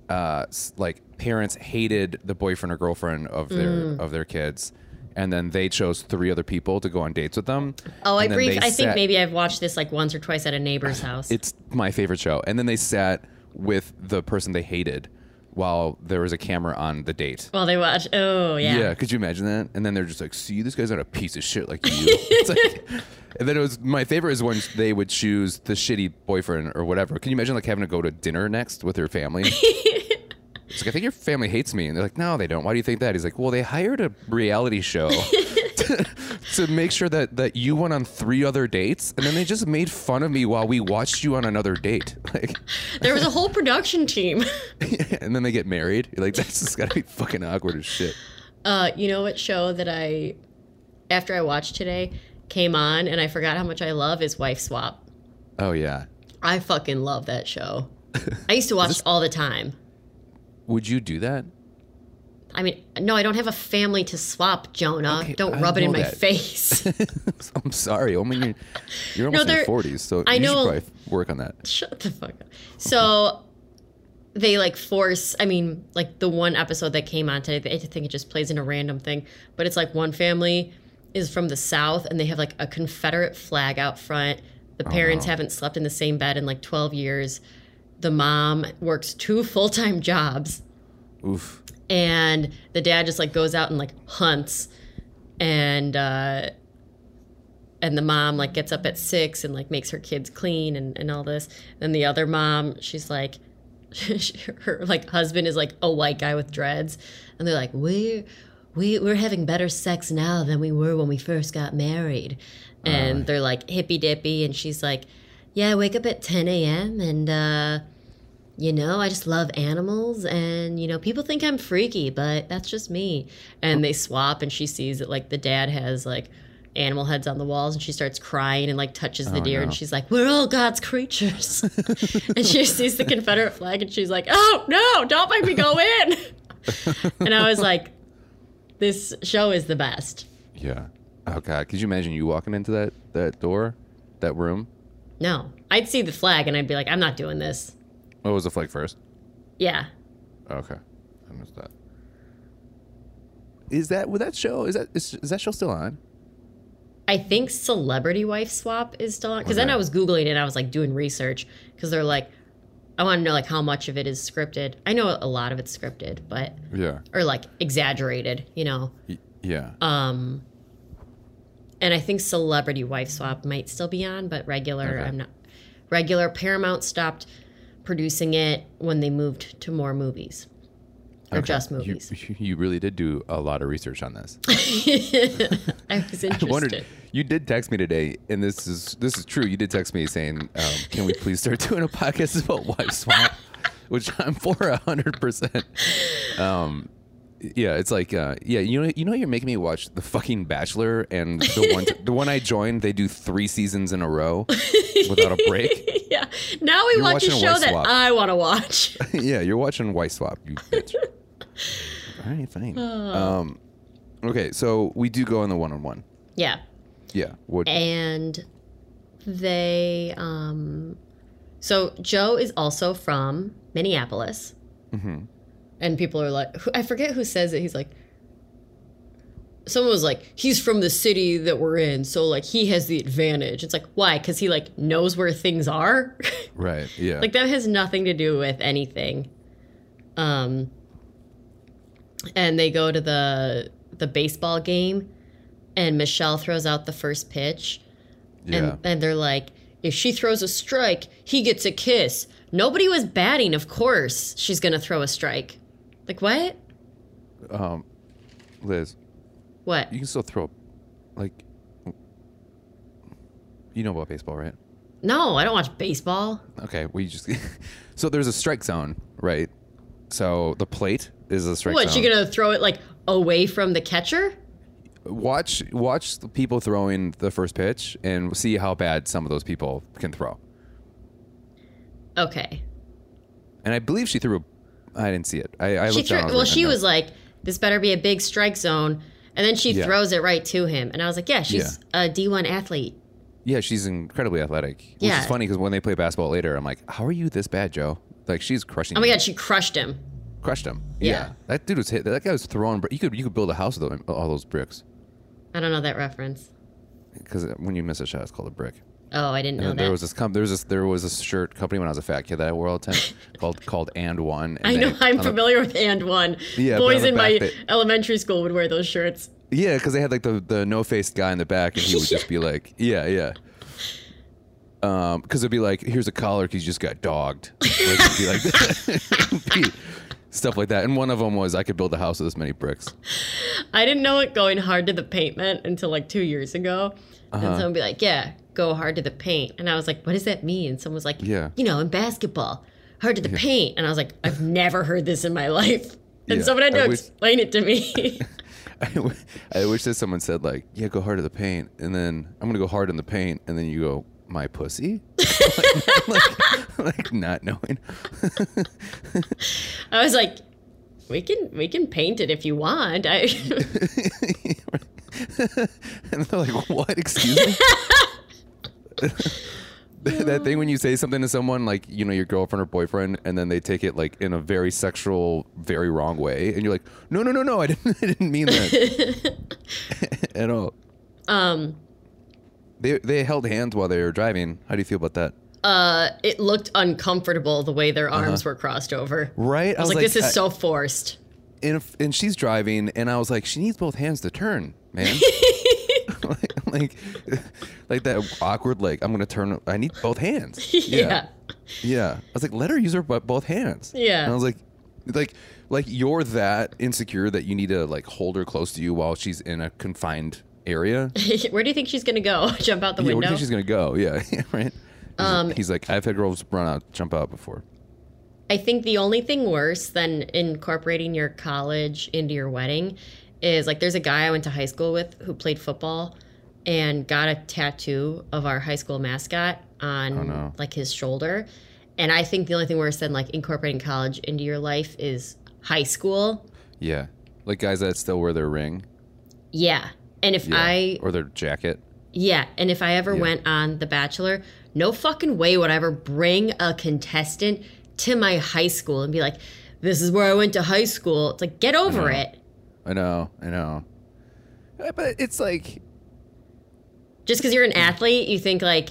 uh, s- like parents hated the boyfriend or girlfriend of their
Mm.
of their kids, and then they chose three other people to go on dates with them.
Oh, I
And then
brief.
they
I think
sat-
maybe I've watched this like once or twice at
*sighs*
a neighbor's house.
It's my favorite show. And then they sat with the person they hated while there was a camera on the date.
well, they watch. Oh, yeah.
could you imagine that? And then they're just like, "See, this guy's not a piece of shit like you." *laughs* it's like, and then it was my favorite is when they would choose the shitty boyfriend or whatever. Can you imagine like having to go to dinner next with your family? it's like I think your family hates me, and they're like, "No, they don't. Why do you think that?" He's like, "Well, they hired a reality show." *laughs* to- To make sure that, that you went on three other dates, and then they just made fun of me while we watched you on another date. *laughs* Like,
There was a whole production team. *laughs*
and then they get married. You're like, that's just gotta be fucking awkward as shit.
Uh, you know what show that I, after I watched today, came on and I forgot how much I love is Wife Swap.
Oh yeah,
I fucking love that show.
*laughs*
I used to watch it all the time.
would you do that?
I mean, no, I don't have a family to swap, Jonah.
Okay,
don't
I
rub it in
know
my
that.
face.
*laughs*
*laughs*
I'm sorry. I mean, you're, you're almost in
there-
your 40s, so
I
you
know-
should probably work on that.
Shut the fuck up. So they like force, I mean, like the one episode that came on today, I think it just plays in a random thing, but it's like one family is from the South and they have like a Confederate flag out front. The parents haven't slept in the same bed in like 12 years. The mom works two full time jobs.
Oof.
and the dad just like goes out and like hunts and uh and the mom like gets up at six and like makes her kids clean and, and all this and the other mom she's like *laughs* her like husband is like a white guy with dreads and they're like we're we, we're having better sex now than we were when we first got married and they're like hippy dippy and she's like yeah I wake up at 10 a.m and uh you know, I just love animals and you know, people think I'm freaky, but that's just me. And they swap and she sees that like the dad has like animal heads on the walls and she starts crying and like touches the deer and she's like, We're all God's creatures *laughs* And she sees the Confederate flag and she's like, Oh no, don't make me go in *laughs* And I was like, This show is the best.
Yeah. Oh God, could you imagine you walking into that that door, that room?
No. I'd see the flag and I'd be like, I'm not doing this.
What was the flag first? Oh,
Yeah.
Okay, I missed that. Is that with that show? Is that is, is that show still on?
I think Celebrity Wife Swap is still on. Because then
Okay.
I was Googling and I was like doing research because they're like, I want to know like how much of it is scripted. I know a lot of it's scripted, but,
Yeah.
or like exaggerated, you know.
Y- yeah.
Um, and I think Celebrity Wife Swap might still be on, but regular,
Okay.
I'm not. Regular Paramount stopped producing it when they moved to more movies or
Okay.
just
You-
movies.
*laughs*
*laughs*
You, really did do a lot of research on this.
I was
I
interested. *laughs*
wondered. You did text me today, and this is this is true. You did text me saying, um, "Can we please start doing a podcast about wife swap?" *laughs* Which I'm for a hundred percent. Um, yeah, it's like, uh, yeah, you know, you know, you're making me watch The Fucking Bachelor, and the one,
*laughs*
the one I joined, they do three seasons in a row without a break. *laughs*
yeah. Now we
You're
watch a
watching a
show
wife
that
swap.
I want to watch. *laughs*
yeah, you're watching White Swap, you bitch. All right, fine.
Oh.
Um, okay, so we do go on the one on one.
yeah.
Yeah. What?
And they, um, so Joe is also from Minneapolis. And people are like, who- I forget who says it. He's like, someone was like, he's from the city that we're in. So, like, he has the advantage. It's like, why? Because he, like, knows where things are. *laughs*
right. Yeah.
like that has nothing to do with anything um and they go to the the baseball game and michelle throws out the first pitch and
yeah.
and they're like if she throws a strike he gets a kiss nobody was batting of course she's gonna throw a strike like what
um, Liz,
what
you can still throw, like, you know about baseball, right?
no i don't watch baseball
Okay. We just *laughs* so there's a strike zone, right? So the plate is a strike
what
zone.
she gonna throw it like away from the catcher
watch watch the people throwing the first pitch and see how bad some of those people can throw.
okay
And I believe she threw. a I didn't see it. I, I
she
looked
threw,
down. I
well
like,
she
"No."
was like this better be a big strike zone and then she
Yeah.
throws it right to him and i was like yeah she's a d1 athlete
Yeah, she's incredibly athletic. Which
Yeah.
is funny because when they play basketball later, I'm like, how are you this bad, Joe? Like she's crushing.
oh my
you.
god she crushed him
crushed him.
Yeah.
that dude was hit. That guy was throwing. bri- You could you could build a house with tho- all those bricks
i don't know that reference
because when you miss a shot, it's called a brick.
oh i didn't
And
know
then
that
there was this com- there was this there was this shirt company when I was a fat kid that I wore all the time *laughs* called called and one. And
i know
they- on
i'm
the-
familiar with and one
Yeah, but on
boys
the
in my
back they-
elementary school would wear those shirts
Yeah, because they had like the, the no faced guy in the back, and he would just be like, *laughs* yeah, yeah. Um, because it'd be like, here's a collar, because you just got dogged. Like, *laughs* it'd be like be- stuff like that. And one of them was, I could build a house with this many bricks.
i didn't know it going hard to the paint meant until like two years ago
Uh-huh.
and someone would be like yeah go hard to the paint and i was like what does that mean and someone was like
Yeah.
you know in basketball hard to the paint and i was like i've never heard this in my
*laughs*
life and
Yeah,
someone had to
I wish-
explain it to
*laughs*
me *laughs*
I, w- I wish that someone said like, yeah, go hard in the paint, and then I'm gonna go hard in the paint, and then you go, my pussy, *laughs* like, *laughs* like, like not knowing.
I was like, we can we can paint it if you want. I, *laughs*
*laughs* and they're like, "What? Excuse me." *laughs* that thing when you say something to someone like you know your girlfriend or boyfriend and then they take it like in a very sexual very wrong way and you're like no no no no i didn't *laughs* i didn't mean that *laughs* at all
um,
they they held hands while they were driving how do you feel about that
uh, it looked uncomfortable the way their arms were crossed over.
Uh-huh. right
I was, like, this is
I-
so forced. *laughs*
and, if, and she's driving, and I was like, she needs both hands to turn,
*laughs*
man. *laughs* like, like, like that awkward, like I'm gonna turn. I need both hands.
*laughs* Yeah.
yeah. I was like, let her use her bu- both hands.
Yeah.
and I was like, like, like you're that insecure that you need to like hold her close to you while she's in a confined
*laughs*
area.
Where do you think she's gonna go? *laughs* Jump out
*laughs*
the
Yeah, where do you
window?
think she's gonna go? Yeah, yeah, right. He's,
Um,
he's like, I've had girls run out, jump out before.
I I think the only thing worse than incorporating your college into your wedding is like there's a guy I went to high school with who played football and got a tattoo of our high school mascot on
Oh, no.
like his shoulder. And I think the only thing worse than like incorporating college into your life is high school.
Yeah. Like guys that still wear their ring.
Yeah. And if
Yeah.
I
or their jacket.
Yeah, and if I ever went on The Bachelor, no fucking way would I ever bring a contestant to my high school and be like, "This is where I went to high school." It's like, get over it.
I know. I know. Uh, But it's like
Just because you're an athlete, you think like,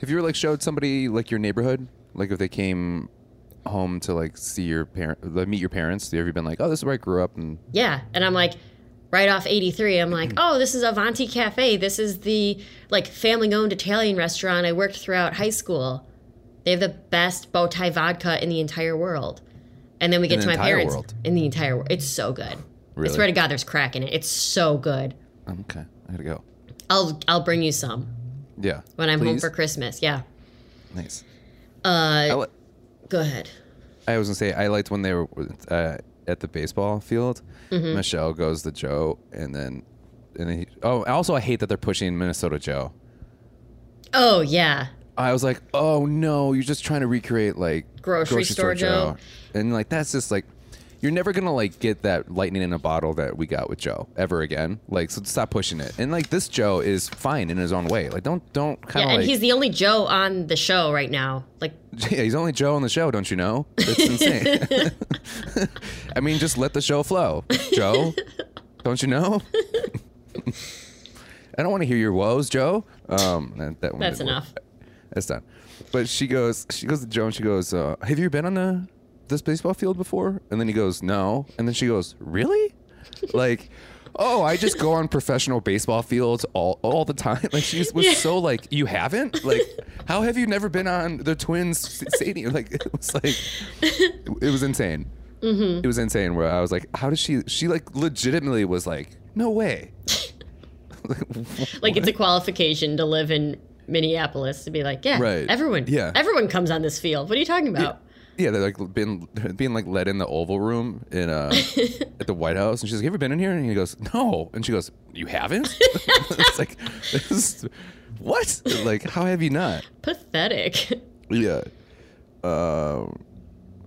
Have you ever like showed somebody like your neighborhood, like if they came home to like see your parent, like, meet your parents? Have you been like, oh, this is where I grew up? And
yeah, and I'm like. Right off 83, I'm like,
Mm-hmm.
oh, this is Avanti Cafe. This is the like family owned Italian restaurant I worked throughout high school. They have the best bow tie vodka in the entire world. And then we get
the
to my
entire
parents
world.
in the entire world. It's so good.
Really?
I swear to God, there's crack in it. It's so good.
Um, okay, I gotta go.
I'll I'll bring you some
Yeah,
when I'm home
Please?
for Christmas. Yeah.
nice. I,
Uh,
li-
go ahead.
I was gonna say I liked when they were uh, at the baseball field.
Mm-hmm.
Michelle goes to Joe, and then and then he, oh, and also I hate that they're pushing Minnesota Joe.
Oh yeah,
I was like, oh no, you're just trying to recreate like
Grocery store Joe.
and like that's just like you're never gonna like get that lightning in a bottle that we got with Joe ever again. Like, so stop pushing it. And like this Joe is fine in his own way. Like, don't don't
yeah.
kind of
and
like
he's the only Joe on the show right now. Like,
*laughs* yeah, he's only Joe on the show, don't you know?
*laughs*
It's insane. I mean, just let the show flow,
*laughs*
Joe. don't you know? I don't want to hear your woes, Joe. Um, that, that one
That's
didn't work.
enough.
That's done. But she goes, she goes to Joe and she goes, uh, "Have you been on a this baseball field before?" And then he goes, "No." And then she goes, "Really?" like, oh, I just go
*laughs*
on professional baseball fields all all the time. Like she was so like, "You haven't? Like, how have you never been on the Twins stadium?" Like it was like, it was insane. It was insane. Where I was like, "How does she?" She like legitimately was like, "No way."
like it's a qualification to live in Minneapolis to be like, yeah,
Right.
everyone,
Yeah.
everyone comes on this field. What are you talking about?
Yeah, they're like being being like let in the Oval Room in uh at the White House, and she's like, "Have you been in here?" And he goes, "No," and she goes, "You haven't?" *laughs* it's like, this is, what? Like, how have you not?
Pathetic. *laughs*
Yeah. Um,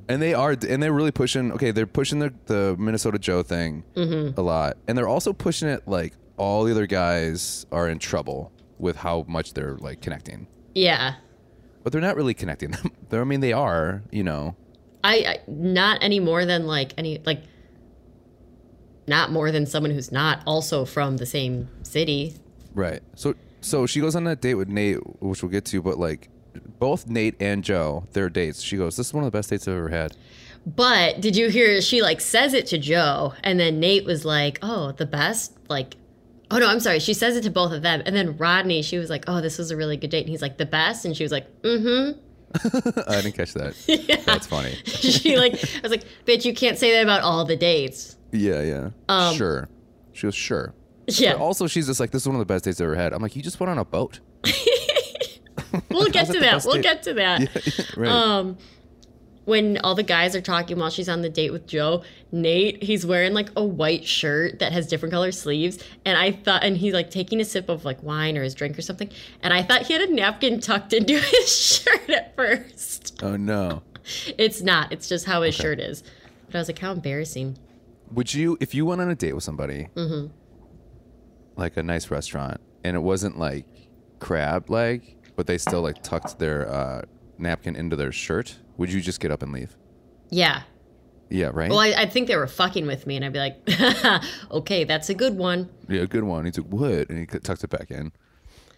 and they are, and they're really pushing. Okay, they're pushing the the Minnesota Joe thing a lot, and they're also pushing it like all the other guys are in trouble with how much they're like connecting,
yeah,
but they're not really connecting them. *laughs* They're, I mean, they are, you know.
I, I not any more than like any like not more than someone who's not also from the same city.
Right. So so she goes on that date with Nate, which we'll get to, but like both Nate and Joe, their dates. She goes, "This is one of the best dates I've ever had." *laughs*
But did you hear she like says it to Joe and then Nate was like, "Oh, the best." Like Oh no, I'm sorry. She says it to both of them. And then Rodney, she was like, "Oh, this was a really good date." And he's like, "The best." And she was like, "Mhm."
I didn't catch
*laughs*
that. That's funny.
she like I was like, "Bitch, you can't say that about all the dates."
Yeah, yeah.
Um,
sure. She goes, "Sure."
Yeah.
But also, she's just like, "This is one of the best dates I've ever had." I'm like, "You just went on a boat." *laughs*
we'll get
how's it
to
the
that.
best
We'll
date?
get to that.
right.
um when all the guys are talking while she's on the date with Joe, Nate, he's wearing like a white shirt that has different color sleeves. And I thought, and he's like taking a sip of like wine or his drink or something. And I thought he had a napkin tucked into *laughs* his shirt at first.
oh no.
It's not, it's just how his shirt is. But I was like, how embarrassing.
Would you, if you went on a date with somebody,
Mm-hmm.
like a nice restaurant, and it wasn't like crab like, but they still like tucked their uh, napkin into their shirt, would you just get up and leave?
Yeah.
Yeah, right.
Well, I, I think they were fucking with me. And I'd be like, *laughs* okay, that's a good one.
Yeah, good one. He's like, what? And he cu- tucks it back in.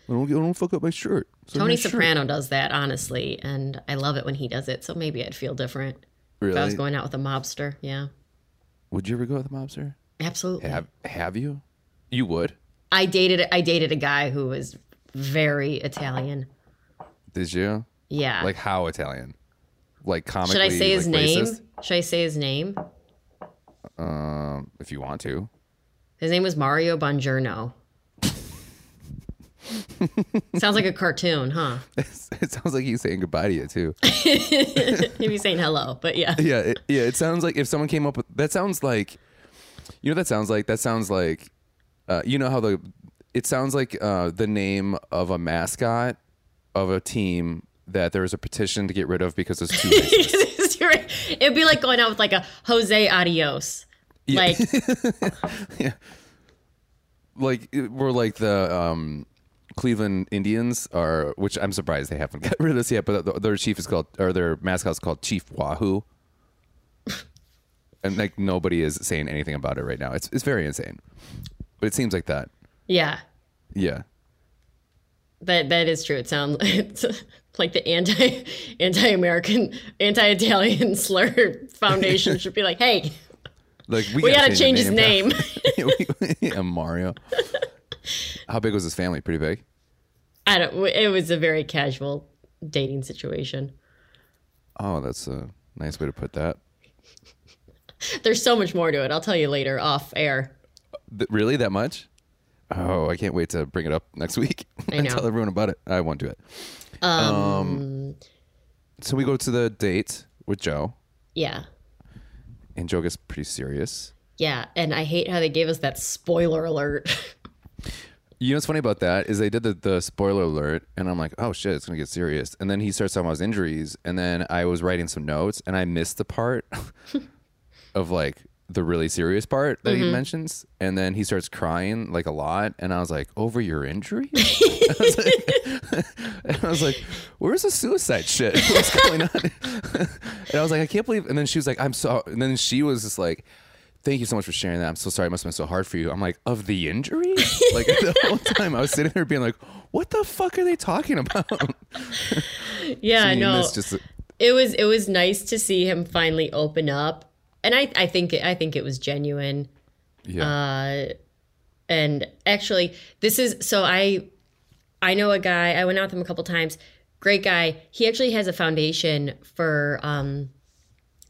I don't, I don't fuck up my shirt. It's on
Tony
my shirt.
Soprano does that, honestly. And I love it when he does it. So maybe I'd feel different if I was
Really?
going out with a mobster. Yeah.
would you ever go with a mobster?
Absolutely.
Have Have you? You would.
I dated I dated a guy who was very Italian.
Did you?
Yeah.
Like how Italian? Like comically?
Should I say his
like,
name?
racist?
Should I say his name?
Um, if you want to. *laughs*
His name was Mario Bongiorno. Sounds like a cartoon,
*laughs*
huh?
it sounds like he's saying goodbye to you too.
Maybe saying hello, but yeah.
yeah, it, yeah. It sounds like if someone came up with that sounds like, you know, what that sounds like that sounds like, uh, you know how the it sounds like uh, the name of a mascot of a team that there is a petition to get rid of because it's too. racist.
*laughs* It'd be like going out with like a Jose Adios.
*laughs*
Like
like it- we're like the um, Cleveland Indians are, which I'm surprised they haven't *laughs* got rid of this yet. But th- their chief is called, or their mascot is called Chief Wahoo, and like nobody is saying anything about it right now. It's it's very insane, but it seems like that.
yeah.
Yeah,
That that is true. It sounds *laughs* it's like the anti anti American anti Italian *laughs* slur foundation should be like, hey,
like we,
we gotta change
your
his name.
*laughs* name. yeah,
*laughs*
Mario. How big was his family? Pretty big.
I don't. It was a very casual dating situation.
Oh, that's a nice way to put that.
There's so much more to it. I'll tell you later off air.
Th- really, that much? Oh, I can't wait to bring it up next week *laughs*
I
and
know.
tell everyone about it. I won't do it. Um, so we go to the date with Joe,
Yeah,
and Joe gets pretty serious.
yeah. And I hate how they gave us that spoiler alert. *laughs*
You know what's funny about that is they did the, the spoiler alert, and I'm like, oh shit, it's gonna get serious. And then he starts talking about his injuries, and then I was writing some notes, and I missed the part of like the really serious part that he mentions, and then he starts crying like a lot, and I was like, over your injury? *laughs* I was like- *laughs* and I was like, where's the suicide shit? *laughs* What's going on? and I was like, I can't believe. And then she was like, I'm so. And then she was just like. Thank you so much for sharing that. I'm so sorry. It must have been so hard for you. I'm like, of the
*laughs*
injury? Like the whole time I was sitting there being like, what the fuck are they talking about?
yeah,
*laughs*
I
And
know.
it's just
it was it was nice to see him finally open up, and I I think I think it was genuine.
yeah.
Uh, and actually this is so i i know a guy i went out with him a couple times great guy he actually has a foundation for um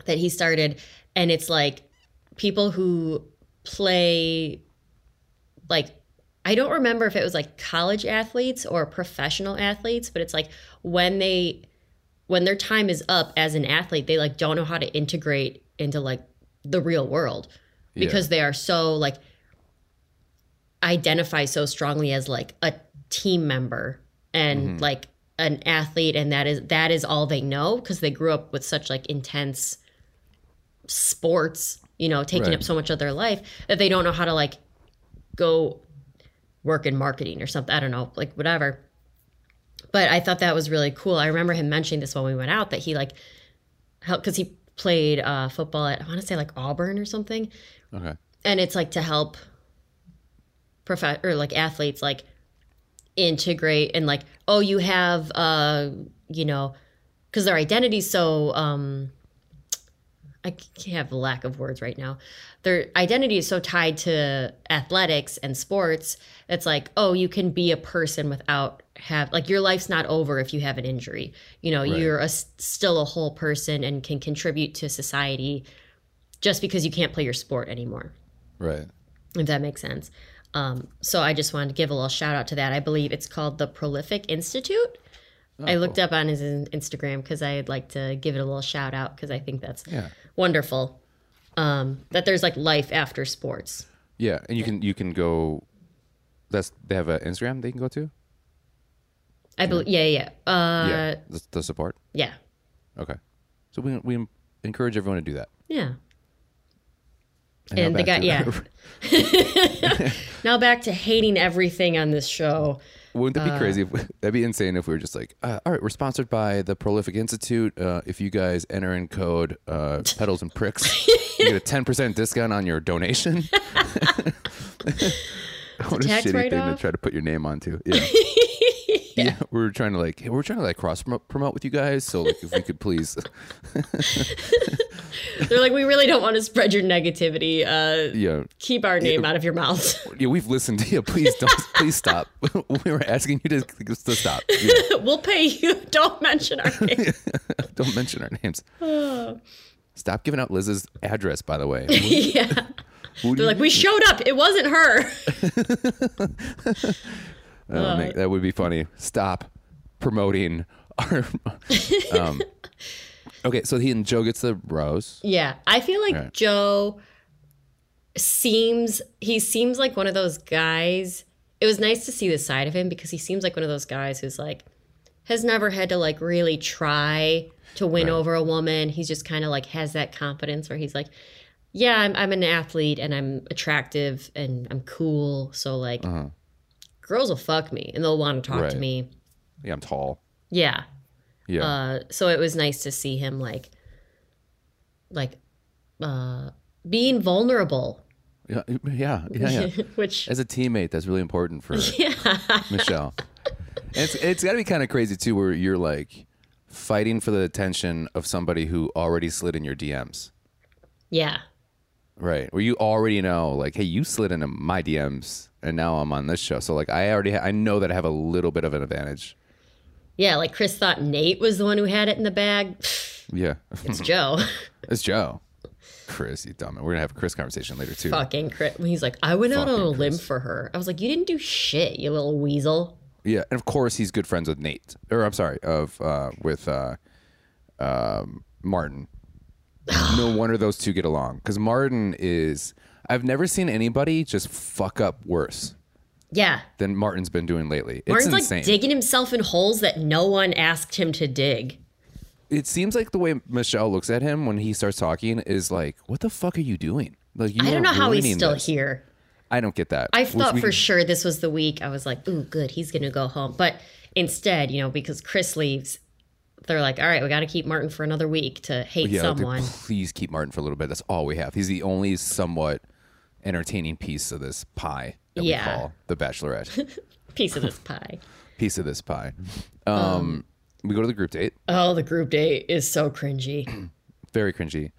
that he started and it's like people who play like i don't remember if it was like college athletes or professional athletes but it's like when they when their time is up as an athlete they like don't know how to integrate into like the real world
Yeah.
because they are so like identify so strongly as like a team member and like an athlete and that is that is all they know because they grew up with such like intense sports you know taking
Right.
up so much of their life that they don't know how to like go work in marketing or something i don't know like whatever but i thought that was really cool i remember him mentioning this when we went out that he like helped because he played uh, football at i want to say like auburn or something
okay.
and it's like to help prof or like athletes like integrate and like oh you have uh you know because their identity's so um i can't have a lack of words right now their identity is so tied to athletics and sports it's like oh you can be a person without have like your life's not over if you have an injury you know you're a, still a whole person and can contribute to society just because you can't play your sport anymore
Right.
if that makes sense. Um, so I just wanted to give a little shout out to that. I believe it's called the Prolific Institute.
Oh,
I looked up on his in- Instagram because I'd like to give it a little shout out because I think that's
Yeah.
wonderful. Um, that there's like life after sports.
Yeah, and you can you can go. That's they have an Instagram they can go to.
I believe, yeah, yeah, yeah. uh,
yeah, the, the support.
yeah,
Okay, so we we encourage everyone to do that.
yeah.
now
And the
back
guy-
to-
*laughs* Now back to hating everything on this show.
Wouldn't
Uh.
that be crazy? If, *laughs* that'd be insane if we were just like, uh, all right, we're sponsored by the Prolific Institute. Uh, if you guys enter in code uh,
*laughs*
pedals and pricks, you get a ten percent discount on your
*laughs*
donation. *laughs* what a shitty
tax
thing to
write-off.
try to put your name
*laughs*
onto. Yeah. yeah. we were trying to like hey, we we're trying to like cross promo- promote with you guys. So like, if we could
*laughs*
please,
They're like, we really don't want to spread your negativity. Uh,
yeah,
keep our name out of your mouth. *laughs*
yeah, we've listened to you. Please don't. please stop. *laughs* we were asking you to, to stop. Yeah,
*laughs* we'll pay you. Don't mention our name.
*laughs*
*laughs*
don't mention our names. stop giving out Liz's address, by the way.
yeah.
Who do
They're
you-
*laughs* like, we showed up. It wasn't her.
That would, make, Oh, that would be funny. Stop promoting our. um, okay, so he and Joe gets the rose.
Yeah, I feel like
Right.
Joe seems he seems like one of those guys. It was nice to see this side of him because he seems like one of those guys who's like has never had to like really try to win over a woman. He's just kind of like has that confidence where he's like, yeah, I'm I'm an athlete and I'm attractive and I'm cool, so like girls will fuck me and they'll want to talk to
Uh-huh. Right.
me.
Yeah, I'm tall.
Yeah,
Yeah.
uh, so it was nice to see him like like uh being vulnerable
yeah. Yeah. Yeah. yeah.
*laughs* which
As a teammate, that's really important for *laughs* Michelle. And it's it's got to be kind of crazy too, where you're like fighting for the attention of somebody who already slid in your DMs,
yeah
right? Where you already know, like, hey, you slid into my DMs, and now I'm on this show, so like, I already ha- I know that I have a little bit of an advantage.
yeah like chris thought nate was the one who had it in the bag *laughs* Pfft,
Yeah,
it's joe
*laughs*
*laughs*
it's Joe, Chris, you dumb. We're gonna have a Chris conversation later too.
fucking chris he's like i went out on a
Fucking
limb for her i was like you didn't do shit you little weasel
Yeah, and of course he's good friends with Nate, or I'm sorry, of uh, with uh, um,
*gasps*
Martin. no wonder those two get along because Martin is. I've never seen anybody just fuck up worse
yeah
than Martin's been doing lately.
Martin's
it's
like
insane.
digging himself in holes that no one asked him to dig.
it seems like the way Michelle looks at him when he starts talking is like, "What the fuck are you doing?" Like, you
I
are
don't know how he's
ruining
still
this."
here.
I don't get that.
I
Which
thought
we
for
can-
sure this was the week I was like, ooh, good, he's going to go home. But instead, you know, because Chris leaves, they're like, all right, we got to keep Martin for another week to hate
Yeah, like, *laughs*
someone.
please keep Martin for a little bit. That's all we have. He's the only somewhat entertaining piece of this pie that
Yeah.
we call the Bachelorette.
*laughs* Piece of this pie.
piece of this pie. Um, we go to the group date.
Oh, the group date is so cringy.
Very cringy.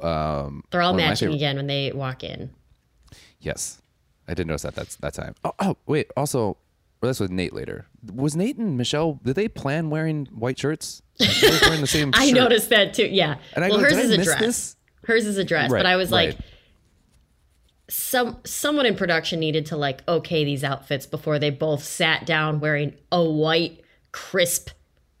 They're all
One of my
matching
favorite-
again when they walk in.
Yes, I did notice that that's that time. Oh, oh wait. Also, well, that's with Nate later. Was Nate and Michelle? Did they plan wearing white shirts? They were wearing the same.
*laughs* I
shirt.
noticed that too. Yeah.
And I
well,
go,
hers
"Did I
is a
miss
dress.
this?"
Hers is a dress,
Right,
but I was like,
right.
some someone in production needed to like okay these outfits before they both sat down wearing a white crisp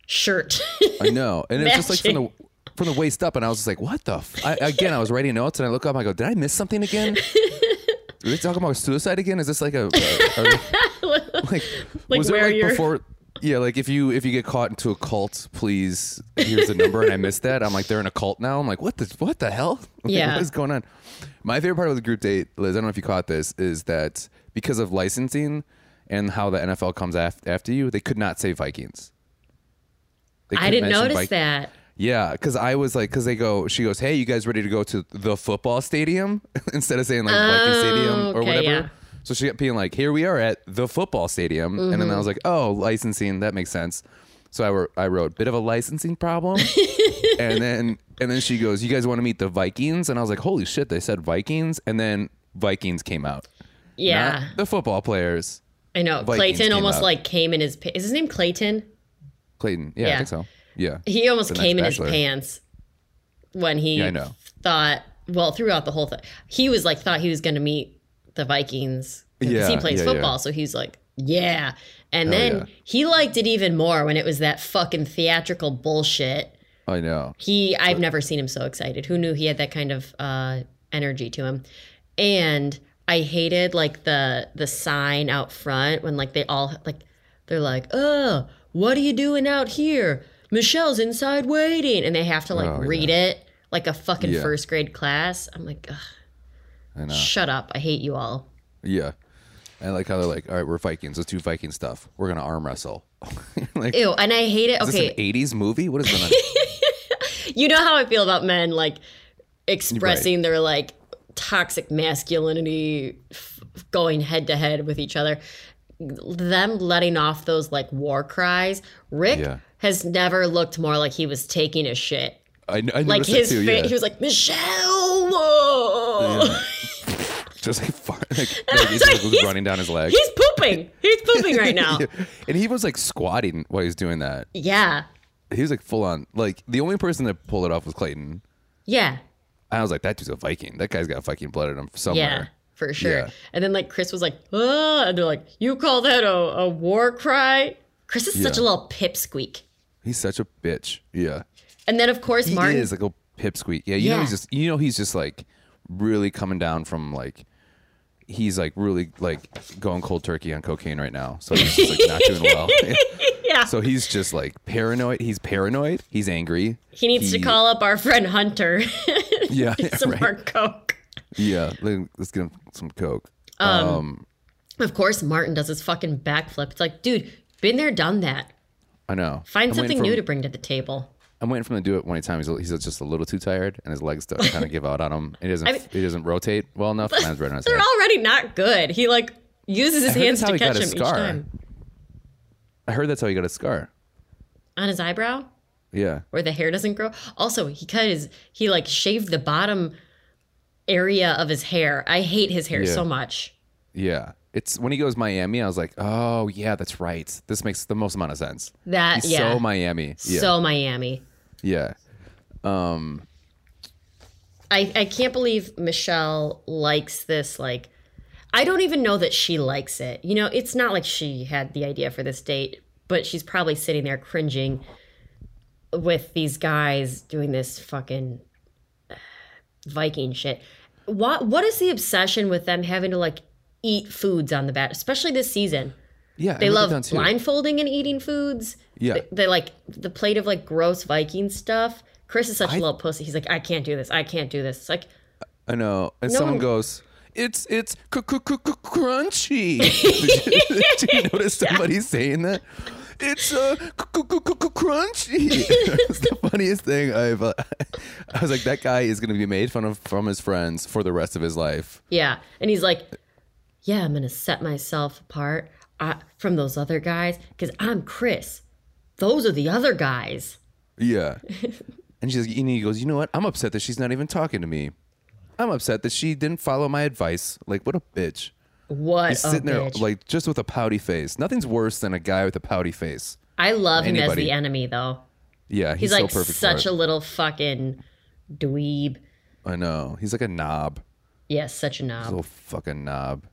shirt. *laughs*
I know, and it's just like from the from the waist up, and I was just like, "What the?" F-? I, again, I was writing notes, and I look up, I go, "Did I miss something
*laughs*
again?" Are they talking about suicide again? Is this like a, a- are
*laughs*
they- like, was it
where
like
you're-
before? Yeah, like if you if you get caught into a cult, please here's the number, and I missed that. I'm like, they're in a cult now. I'm like, what the what the hell? *laughs* Like,
Yeah.
what is going on? My favorite part of the group date, Liz, I don't know if you caught this, is that because of licensing and how the NFL comes af- after you, they could not say Vikings. They
I
couldn't
didn't
mention
notice
Vik-
that.
yeah, because I was like, because they go, she goes, hey, you guys ready to go to the football stadium *laughs* instead of saying like Viking Stadium or
Oh, okay,
whatever.
yeah.
So she kept being like, here we are at the football stadium, and then
Mm-hmm.
I was like, oh, licensing, that makes sense. So I, wrote, I wrote, bit of a licensing
*laughs*
problem, and then and then she goes, you guys want to meet the Vikings, and I was like, holy shit, they said Vikings, and then Vikings came out,
Yeah.
Not the football players,
I know.
Vikings
Clayton
came
almost
up.
like came in his pa- is his name Clayton?
Clayton, yeah,
Yeah.
I think so, yeah,
He almost
The
came in
next
his
Bachelor.
pants when he
Yeah, I know.
thought well throughout the whole thing. He was like thought he was going to meet the Vikings because
Yeah,
he plays
yeah,
football,
yeah.
so he's like, yeah. And then
yeah.
he liked it even more when it was that fucking theatrical bullshit.
I know,
He, I've never seen him so excited. Who knew he had that kind of uh, energy to him? And I hated like the the sign out front when like they all like they're like, "Oh, what are you doing out here? Michelle's inside waiting," and they have to like
Oh,
read it like a fucking
Yeah.
first grade class. I'm like, Ugh,
I know.
shut up! I hate you all.
Yeah. I like how they're like, all right, we're Vikings. Let's do Viking stuff. We're gonna arm wrestle. *laughs* like,
Ew, and I hate it.
is
Okay,
this an '80s movie? What is going on?
*laughs* you know how I feel about men like expressing their like toxic masculinity, f- going head to head with each other. Them letting off those like war cries. Rick
Yeah.
has never looked more like he was taking a shit.
I, kn- I
Like
noticed
his
that
face,
too. Yeah.
he was like Michelle. whoa."
just like, far,
*laughs*
like, like he's just
he's-
running down his leg,
*laughs* He's pooping. He's pooping
*laughs*
right now. yeah.
and he was like squatting while he was doing that.
yeah,
He was like full on. Like the only person that pulled it off was Clayton. I was like, that dude's a Viking. That guy's got Viking blood in him
yeah,
somewhere.
for sure.
Yeah.
And then like Chris was like, ah, and they're like, you call that a, a war cry? Chris is such a
Yeah.
little pipsqueak.
He's such a bitch. Yeah.
And then of course
He
Martin
is like a pipsqueak. Yeah, you know
Yeah.
he's just you know he's just like really coming down from like he's like really like going cold turkey on cocaine right now. So he's just like not doing well.
*laughs* Yeah.
So he's just like paranoid. He's paranoid. He's angry.
he needs to call up our friend Hunter
*laughs*
*laughs*
Yeah.
some
right.
more coke.
Yeah. let- Let's get him some coke.
Of course Martin does his fucking backflip. It's like, dude, been there, done that.
I know.
Find
I'm waiting
something
for
new
him-
to bring to the table.
I'm waiting for him to do it one time. He's, a- he's just a little too tired, and his legs start kind of give out on him.
*laughs*
He doesn't.
mean-
he doesn't rotate well enough. Lands right on his
*laughs* They're
head.
already not good. He like uses
I
his
heard
hands
that's how
to
he
catch
got
him
his
each
scar.
time.
I heard that's how he got a scar.
On his eyebrow?
Yeah.
where the hair doesn't grow. Also, he cut his he like shaved the bottom area of his hair. I hate his hair
Yeah.
so much.
Yeah. It's when he goes Miami. I was like, oh yeah, that's right. This makes the most amount of sense.
That
He's
yeah.
so Miami. Yeah.
So Miami.
yeah.
I I can't believe Michelle likes this like I don't even know that she likes it. You know, it's not like she had the idea for this date, but she's probably sitting there cringing with these guys doing this fucking uh, Viking shit. What what is the obsession with them having to like eat foods on the bat, especially this season?
Yeah.
They love blindfolding and eating foods.
Yeah.
They, they like the plate of like gross Viking stuff. Chris is such a little pussy. He's like, I can't do this. I can't do this. It's like,
I know. And
No
someone
one-
goes, it's it's cr- cr- cr- cr- crunchy. *laughs* did, you, did you notice somebody saying that? It's uh, cr- cr- cr- cr- crunchy. *laughs* it's the funniest thing I've. Uh, *laughs* I was like, that guy is going to be made fun of from his friends for the rest of his life.
yeah. And he's like, Yeah, I'm gonna set myself apart uh, from those other guys because I'm Chris. Those are the other guys. *laughs*
Yeah. and she's like, and he goes, you know what? I'm upset that she's not even talking to me. I'm upset that she didn't follow my advice. Like, what a bitch.
What
He's
a
sitting there,
Oh, bitch.
like, just with a pouty face. Nothing's worse than a guy with a pouty face.
I love him as
anybody.
the enemy though.
Yeah,
He's,
he's,
like
so perfect.
such
for
a
it.
little fucking dweeb.
I know. He's like a knob.
Yes, such a knob.
Little fucking knob.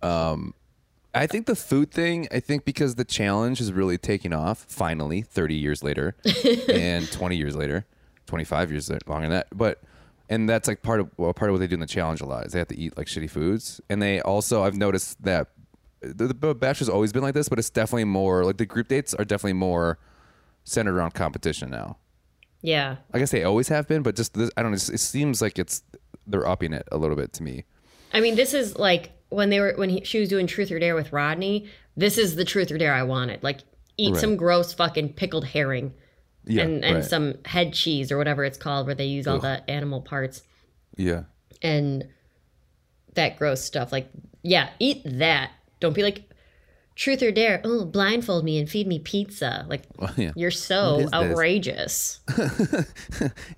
Um I think the food thing, I think because the challenge is really taking off finally 30 years later
*laughs*
and 20 years later, 25 years later, longer than that. But and that's like part of well, part of what they do in the challenge a lot is they have to eat like shitty foods. And they also I've noticed that the, the bachelor's always been like this, but it's definitely more like the group dates are definitely more centered around competition now.
yeah.
I guess they always have been, but just this, I don't know. it's- It seems like it's they're upping it a little bit to me.
I mean, this is like when they were when he, she was doing Truth or Dare with Rodney. This is the Truth or Dare I wanted. Like, eat
Right.
some gross fucking pickled herring
Yeah,
and and
right.
some head cheese or whatever it's called, where they use all the animal parts
yeah, *laughs*
and that gross stuff. Like, yeah, eat that. Don't be like Truth or Dare. Oh, blindfold me and feed me pizza. Like,
yeah.
you're so
is this?
outrageous.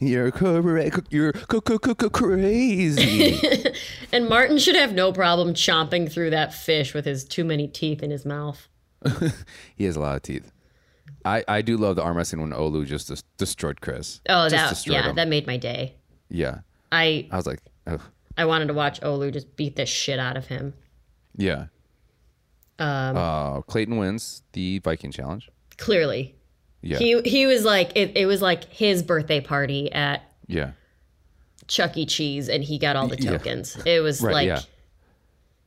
You're correct. You're c- c- c- c-
*laughs*
crazy.
And Martin should have no problem chomping through that fish with his too many teeth in his mouth.
he has a lot of teeth. I I do love the arm wrestling when Olu just des- destroyed Chris.
Oh,
just
that
destroyed
yeah,
him.
that made my day.
yeah.
I
I was like, oh,
I wanted to watch Olu just beat the shit out of him.
yeah.
Um,
uh, Clayton wins the Viking challenge.
Clearly,
Yeah,
he he was like it, it was like his birthday party at
yeah,
Chuck E. Cheese, and he got all the
Yeah.
tokens. It was
Right,
like
yeah.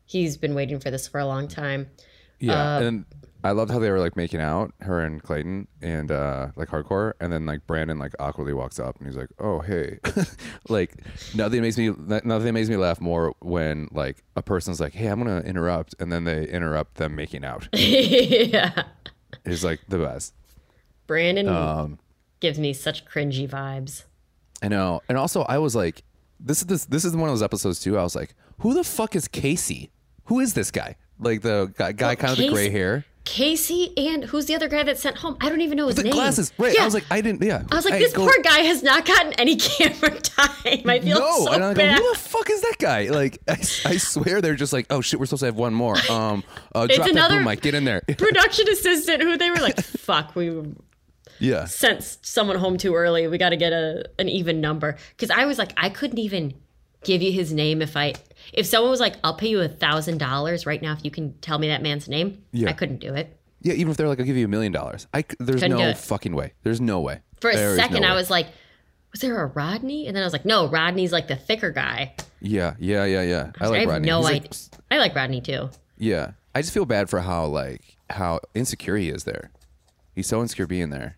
he's been waiting for this for a long time. Uh,
yeah. and I loved how they were like making out, her and Clayton, and uh, like hardcore, and then like Brandon like awkwardly walks up and he's like, "Oh hey," *laughs* like nothing makes me nothing makes me laugh more when like a person's like, "Hey, I'm gonna interrupt," and then they interrupt them making out.
*laughs* yeah,
is like the best.
Brandon
Um,
gives me such cringy vibes.
I know. And also I was like, this is this this is one of those episodes too. I was like, who the fuck is Casey? Who is this guy? Like the guy, guy kind of the
Casey-
gray hair.
Casey and who's the other guy that sent home? I don't even know his
The
name.
glasses. Right.
Yeah.
I was like, I didn't yeah.
I was like, this
go-
poor guy has not gotten any *laughs* camera time. I feel
No,
so
and I'm
bad.
like, who the fuck is that guy? Like, I, I swear they're just like, oh shit, we're supposed to have one
*laughs*
more. Um, uh, drop that
another-
boom mic, get in there.
*laughs* production assistant who they were like, *laughs* fuck, we
yeah,
sent someone home too early. We got to get a an even number because I was like, I couldn't even give you his name if I if someone was like, I'll pay you a thousand dollars right now if you can tell me that man's name,
Yeah.
I couldn't do it.
Yeah, even if they're like, I'll give you a million dollars. I c- there's
Couldn't do
no
it.
fucking way. There's no way.
For a
There is no
second I
way.
was like, Was there a Rodney? And then I was like, No, Rodney's like the thicker guy.
Yeah, yeah, yeah, yeah. I,
I,
like
have
Rodney.
no
He's, like,
idea. I like Rodney too. *laughs*
Yeah, I just feel bad for how like how insecure he is there. He's so insecure being there.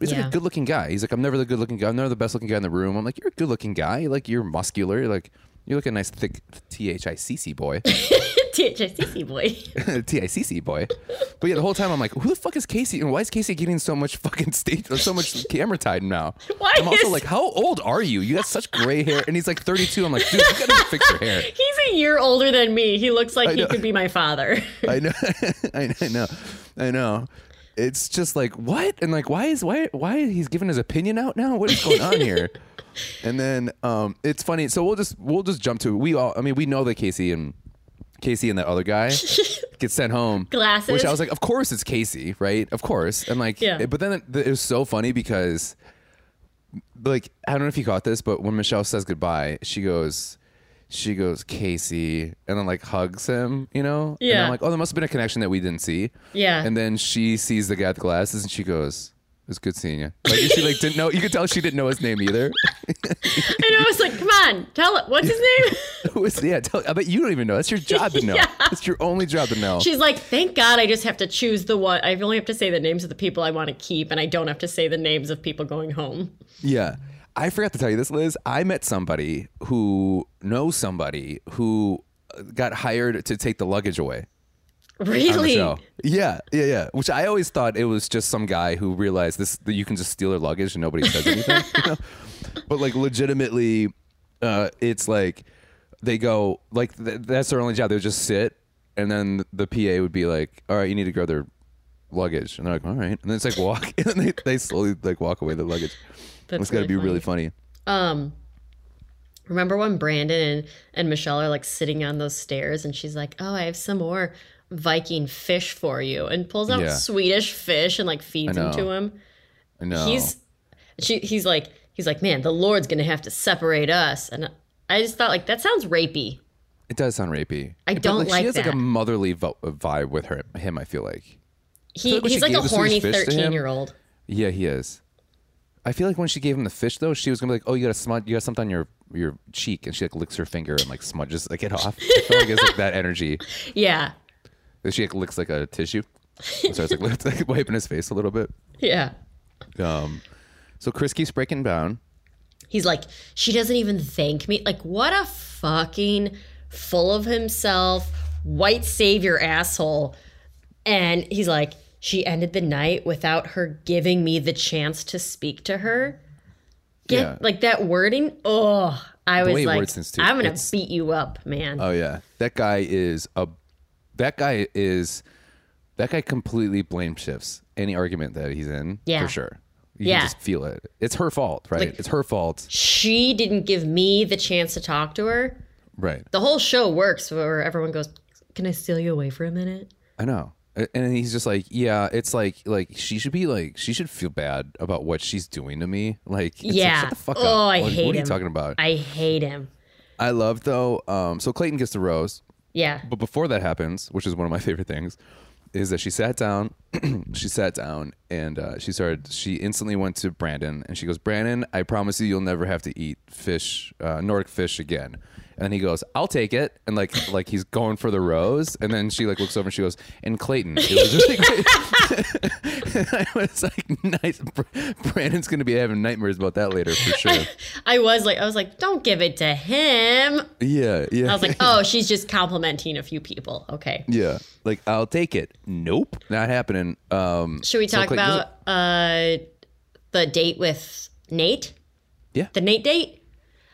He's like
Yeah.
a good-looking guy. He's like, I'm never the good-looking guy. I'm never the best-looking guy in the room. I'm like, you're a good-looking guy. Like you're muscular. You're like you look a nice thick T H I C C
*laughs*
boy,
THICC boy. *laughs*
*laughs* T I C C boy. But yeah, the whole time I'm like, who the fuck is Casey? And why is Casey getting so much fucking stage, so
*laughs*
much camera time now?
Why
I'm also
is-
like, how old are you? You got such gray hair, and he's like 32. I'm like, dude, you gotta fix your hair.
He's a year older than me. He looks like
I
he
know.
could be
*laughs*
my father. *laughs*
I know, I know, I know, I know. It's just like what and like why is why why he's giving his opinion out now? What is going on
*laughs*
here? and then um, it's funny. So we'll just we'll just jump to we all. I mean, we know that Casey and Casey and that other
*laughs*
guy get sent home.
Glasses.
Which I was like, of course it's Casey, right? Of course. And like,
Yeah.
but then it, it was so funny because like I don't know if you caught this, but when Michelle says goodbye, she goes, she goes Casey, and then like hugs him, you know? And
Yeah.
I'm like, oh, there must have been a connection that we didn't see.
Yeah.
And then she sees the guy with the glasses, and she goes, "It's good seeing you." Like she like didn't know. You could tell she didn't know his name either. *laughs*
and I was like, come on, tell it. What's his name?
*laughs* Who is- yeah, tell, I bet you don't even know. That's your job
*laughs*
to know.
Yeah.
That's your only job to know.
She's like, thank God I just have to choose the one. I only have to say the names of the people I want to keep, and I don't have to say the names of people going home.
Yeah. I forgot to tell you this, Liz. I met somebody who knows somebody who uh, got hired to take the luggage away on the
Really?
show. Yeah, yeah, yeah. Which I always thought it was just some guy who realized this that you can just steal their luggage and nobody says anything. you *laughs* know? But like legitimately, uh, it's like they go like th- that's their only job. They would just sit, and then the PA would be like, "All right, you need to grab their luggage," and they're like, "All right," and then it's like walk, *laughs* and then they, they slowly like walk away with their luggage.
That's
it's got to
really
be really funny.
Um, remember when Brandon and, and Michelle are like sitting on those stairs, and she's like, oh, I have some more Viking fish for you, and pulls out
Yeah.
Swedish fish and like feeds them
know.
to him.
I know.
he's she he's like he's like man the lord's gonna have to separate us and i just thought like that sounds rapey
It does sound rapey.
I
But,
don't like
She has like
that.
a motherly vo- vibe with her, him. I feel like.
he,
like when
he's
she
like a
gave the Swedish
horny
fish to him-
13 year old
Yeah, he is. I feel like when she gave him the fish though, she was gonna be like, "Oh, you got a smudge. You got something on your your cheek," and she like licks her finger and like smudges like it off. I feel like it's like that energy.
yeah
She like licks like a tissue. So it's like, *laughs* like wiping his face a little bit.
yeah
Um, so Chris keeps breaking down.
he's like she doesn't even thank me like what a fucking full of himself white savior asshole and he's like she ended the night without her giving me the chance to speak to her Get,
Yeah.
like that wording oh i
The way
was
he
like
words things, too.
i'm gonna
It's-
beat you up man
Oh yeah, that guy is a. That guy is. That guy completely blame shifts any argument that he's in
Yeah.
for sure. You
Yeah.
can just feel it. It's her fault, right? it's her fault,
she didn't give me the chance to talk to her.
right?
The whole show works where everyone goes, "Can I steal you away for a minute?"
I know. A- And he's just like, yeah, it's like, like she should be like, she should feel bad about what she's doing to me. Like, it's like,
yeah.
shut the fuck up.
oh, I
Like,
hate
What
him.
are you talking about? I,
I hate him.
love though. Um, so Clayton gets the rose,
Yeah.
but before that happens, which is one of my *laughs* favorite things, is that she sat down, *clears throat* she sat down, and uh, she started. She instantly went to Brandon, and she goes, "Brandon, I promise you, you'll never have to eat fish, uh, Nordic fish again." And then he goes, "I'll take it," and like *laughs* like he's going for the rose, and then she like looks over and she goes, "And Clayton." It was just like, *laughs* I was like, "Nice, Br- Brandon's gonna be having nightmares about that later for
*laughs*
sure."
I was like, I was like, "Don't give it to him."
yeah, yeah.
I
*laughs*
was like, "Oh, she's just complimenting a few people." Okay.
Yeah, like I'll take it. Nope, not happening. Um,
Should we
so
talk
Clayton-
about uh, the date with Nate?
Yeah.
The Nate date?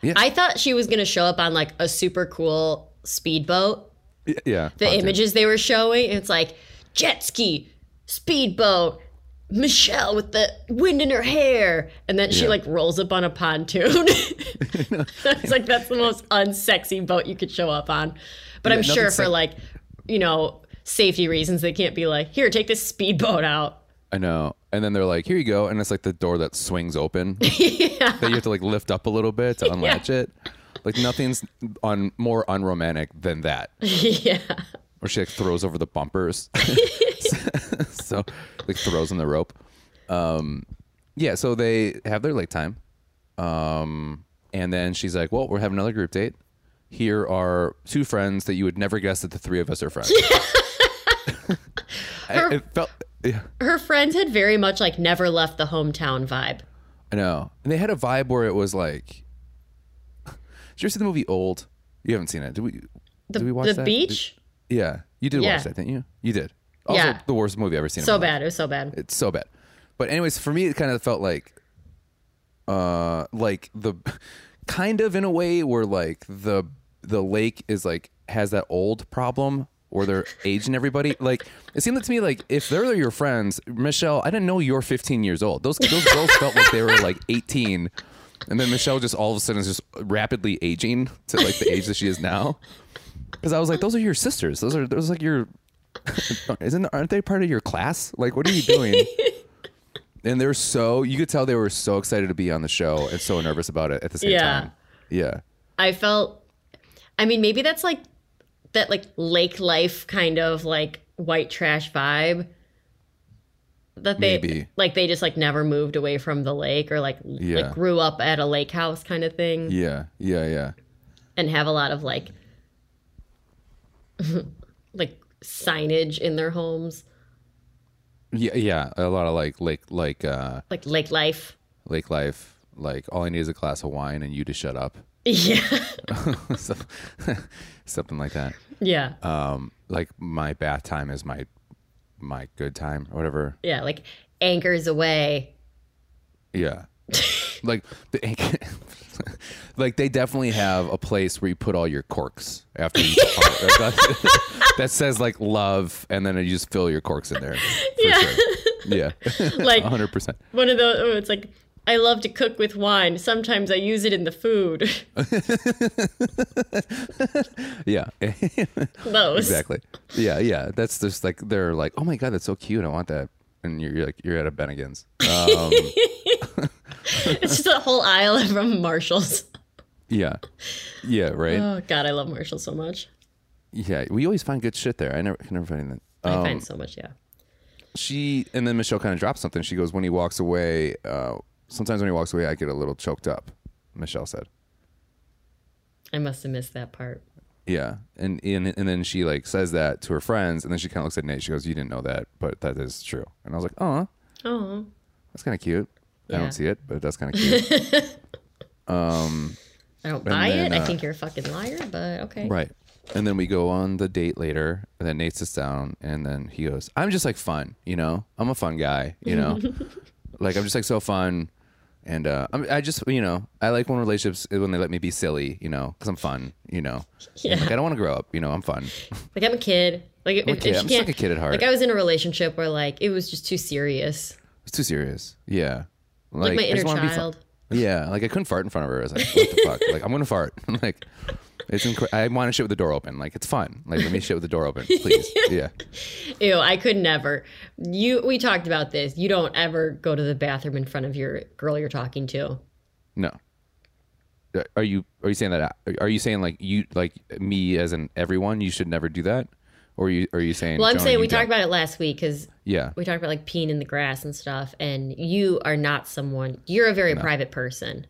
Yeah.
I thought she was going to show up on like a super cool speedboat
Y- Yeah.
the
content.
images they were showing. It's like jet ski, speedboat, Michelle with the wind in her hair, and then she
Yeah.
like rolls up on a pontoon. *laughs* It's like that's the most unsexy boat you could show up on. But
Yeah,
I'm
nothing
sure for
sex-
like you know safety reasons they can't be like here take this speedboat out.
I know. And then they're like, here you go.
*laughs*
And it's like the door that swings open that you have to like lift up a little bit to unlatch it. Like nothing's on more unromantic than that.
*laughs* yeah.
Or she like throws over the
*laughs*
bumpers. *laughs* so like throws on the rope. Um yeah, so they have their late time. Um and then she's like, Well, we're having another group date. Here are two friends that you would never guess that the three of us are
*laughs*
friends. *laughs* I,
Her-
it felt yeah.
Her friends had very much like never left the hometown vibe.
I know. And they had a vibe where it was like. *laughs* Did you ever see the movie Old? You haven't seen it. Did we?
The,
did we watch
the
that?
beach?
Did- yeah, you did
Yeah.
watch that, didn't you? You did. Also,
Yeah.
the worst movie I've ever seen. in
so
my life.
bad. It was so bad.
It's so bad. But anyways, for me, it kind of felt like, uh, like the, kind of in a way where like the the lake is like has that old problem where they're aging everybody. Like it seemed to me like if they're your friends, Michelle, I didn't know you're 15 years old. Those those girls felt like they were like 18. And then Michelle just all of a sudden is just rapidly aging to like the age that she is now. Because I was like, those are your sisters. Those are those are, like your *laughs* isn't aren't they part of your class? Like, what are you doing? and they're so you could tell they were so excited to be on the show and so nervous about it at the same
Yeah.
time. Yeah,
I felt I mean maybe that's like that like lake life kind of like white trash vibe that they
Maybe.
like they just like never moved away from the lake or like
Yeah.
like grew up at a lake house kind of thing
yeah, yeah, yeah.
and have a lot of like *laughs* like signage in their homes
Yeah, yeah. A lot of like lake like uh
like lake life *laughs*
lake life, like all I need is a glass of wine and you to shut up. *laughs*
yeah
So- *laughs* something like that.
yeah
Um like my bath time is my my good time or whatever.
yeah like
*laughs*
anchors away
Yeah. like the *laughs* like they definitely have a place where you put all your corks after you *laughs* that says like love and then you just fill your corks in there. For
Yeah.
Sure. Yeah. *laughs*
like
100%.
one of those oh, it's like i love to cook with wine sometimes i use it in the food *laughs*
Yeah. *laughs*
those
exactly. Yeah, yeah. That's just like they're like, "Oh my god, that's so cute. I want that." And you're, you're like you're at a Bennigan's. Um,
*laughs* it's just a whole aisle *laughs* from marshalls
yeah. Yeah, right?
oh god i love marshalls so much
yeah. We always find good shit there. I never can never find anything.
i find so much yeah
she and then Michelle kind of drops something. She goes, "When he walks away, uh, sometimes when he walks away, I get a little choked up." Michelle said,
i must have missed that part
"Yeah," and and and then she like says that to her friends, and then she kind of looks at Nate. She goes, "You didn't know that, but that is true." And I was like, "Oh,
oh
that's kind of cute." I
Yeah.
don't see it, but that's kind of cute,
i don't buy
then,
it
uh,
i think you're a fucking liar but okay
right? And then we go on the date later, and then Nate sits down, and then he goes, "I'm just like fun, you know. I'm a fun guy, you
*laughs*
know." like I'm just like so fun, and uh, I'm, I just you know I like when relationships eh, when they let me be silly, you know, because I'm fun, you know.
Yeah.
Like I don't want to grow up, you know. I'm fun.
like i'm a kid like if,
a
if
kid.
you
I'm just like
can't-
a kid at heart.
like i was in a relationship where like it was just too serious
It's too serious. Yeah.
like, my
I just
inner
wanna be fun.
child
Yeah. Like I couldn't fart in front of her. I was like, what the fuck? Like I'm gonna fart. *laughs* like it's inc- I want to shit with the door open. Like it's fun. Like let me shit with the door open,
*laughs*
please. yeah.
Ew, I could never. You we talked about this. You don't ever go to the bathroom in front of your girl you're talking to.
No. Uh, Are you are you saying that? uh, Are you saying like you like me as an everyone? You should never do that. Or are you are you saying?
Well, I'm
Jonah,
saying
you
we talked
don't?
about it last week cuz
Yeah.
we talked about like peeing in the grass and stuff and you are not someone. You're a very private person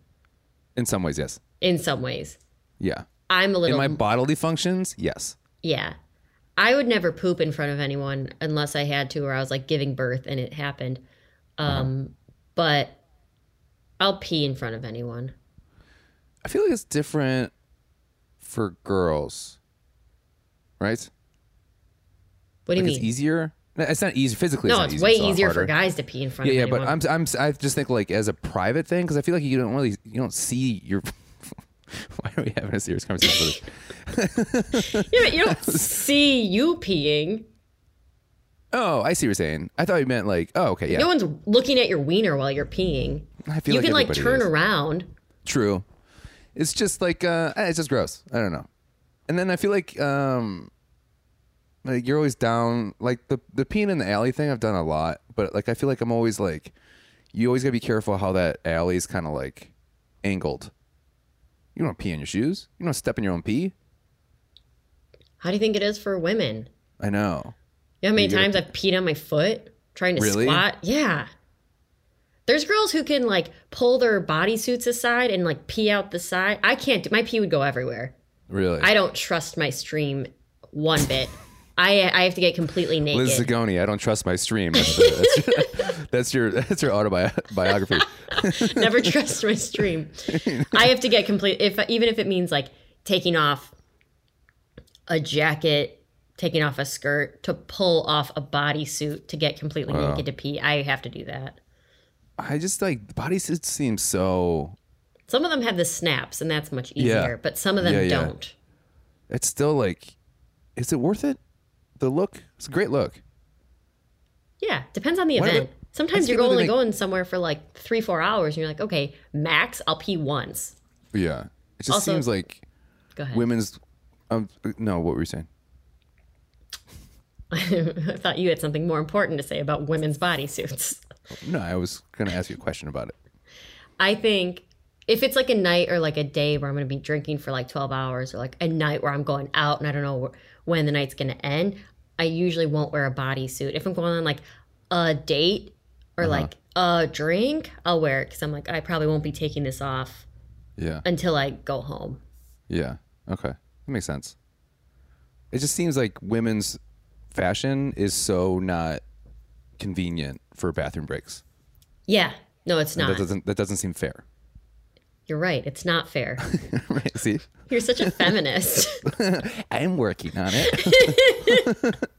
In some ways, yes.
in some ways.
Yeah.
I'm a
In
little
my bodily functions, yes.
yeah. I would never poop in front of anyone unless I had to or I was like giving birth and it happened.
Uh-huh.
Um but I'll pee in front of anyone.
I feel like it's different for girls, right?
What do
Like
you
it's
mean?
easier. No, It's not easy physically.
No,
not
it's
easy,
way
a lot
easier for
harder.
guys to pee in front
Yeah,
of
yeah,
anyone.
but I'm, I'm I just think like as a private thing because I feel like you don't really you don't see your. *laughs* Why are we having a serious conversation? about this?
Yeah, but *laughs*
*laughs*
you don't see you peeing.
Oh, I see what you're saying. I thought you meant like oh okay yeah.
No one's looking at your wiener while you're peeing.
I feel
You can like
everybody
turn
is.
around.
True. It's just like uh eh, it's just gross. I don't know. And then I feel like um like you're always down like the the peeing in the alley thing I've done a lot, but like I feel like I'm always like you always gotta be careful how that alley's kinda like angled. You You don't pee in your shoes. You don't step in your own pee.
How do you think it is for women?
I know.
You know how many
You gotta
times I've peed on my foot trying to
Really?
squat? Yeah. There's girls who can like pull their bodysuits aside and like pee out the side. I can't do my pee would go everywhere.
Really.
I don't trust my stream
*laughs*
one bit. I I have to get completely naked.
Liz Zagoni, I don't trust my
*laughs*
stream. That's, that's, that's *laughs* your that's your autobiography.
Never trust
*laughs*
my stream. I have to get complete if even if it means like taking off a jacket, taking off a skirt to pull off a bodysuit to get completely naked to pee. I have to do that.
I just like body suits seem so.
Some of them have the snaps, and that's much
Yeah.
easier. But some of them
Yeah, yeah.
don't.
It's still like, is it worth it? The look. It's a great look.
Yeah, depends on the
Why do
event.
they-
Sometimes
let's
you're
give it
only
an-
going somewhere for like three, four hours, and you're like, okay, max, I'll pee once.
Yeah. It just
Also- Hmm.
seems like
Go ahead.
women's. Um, no, what were you saying?
*laughs* I thought you had something more important to say about women's bodysuits.
No, I was gonna ask you a question about it.
I think if it's like a night or like a day where I'm going to be drinking for like 12 hours or like a night where I'm going out and I don't know wh- when the night's going to end, I usually won't wear a bodysuit. If I'm going on like a date or like a drink, I'll wear it because I'm like, I probably won't be taking this off
Yeah.
until I go home.
Yeah. Okay. That makes sense. It just seems like women's fashion is so not convenient for bathroom breaks.
Yeah. No, it's
That
not.
doesn't that doesn't seem fair. *laughs*
You're right. It's not fair.
right? See,
You're such a feminist.
I'm working on it.
*laughs*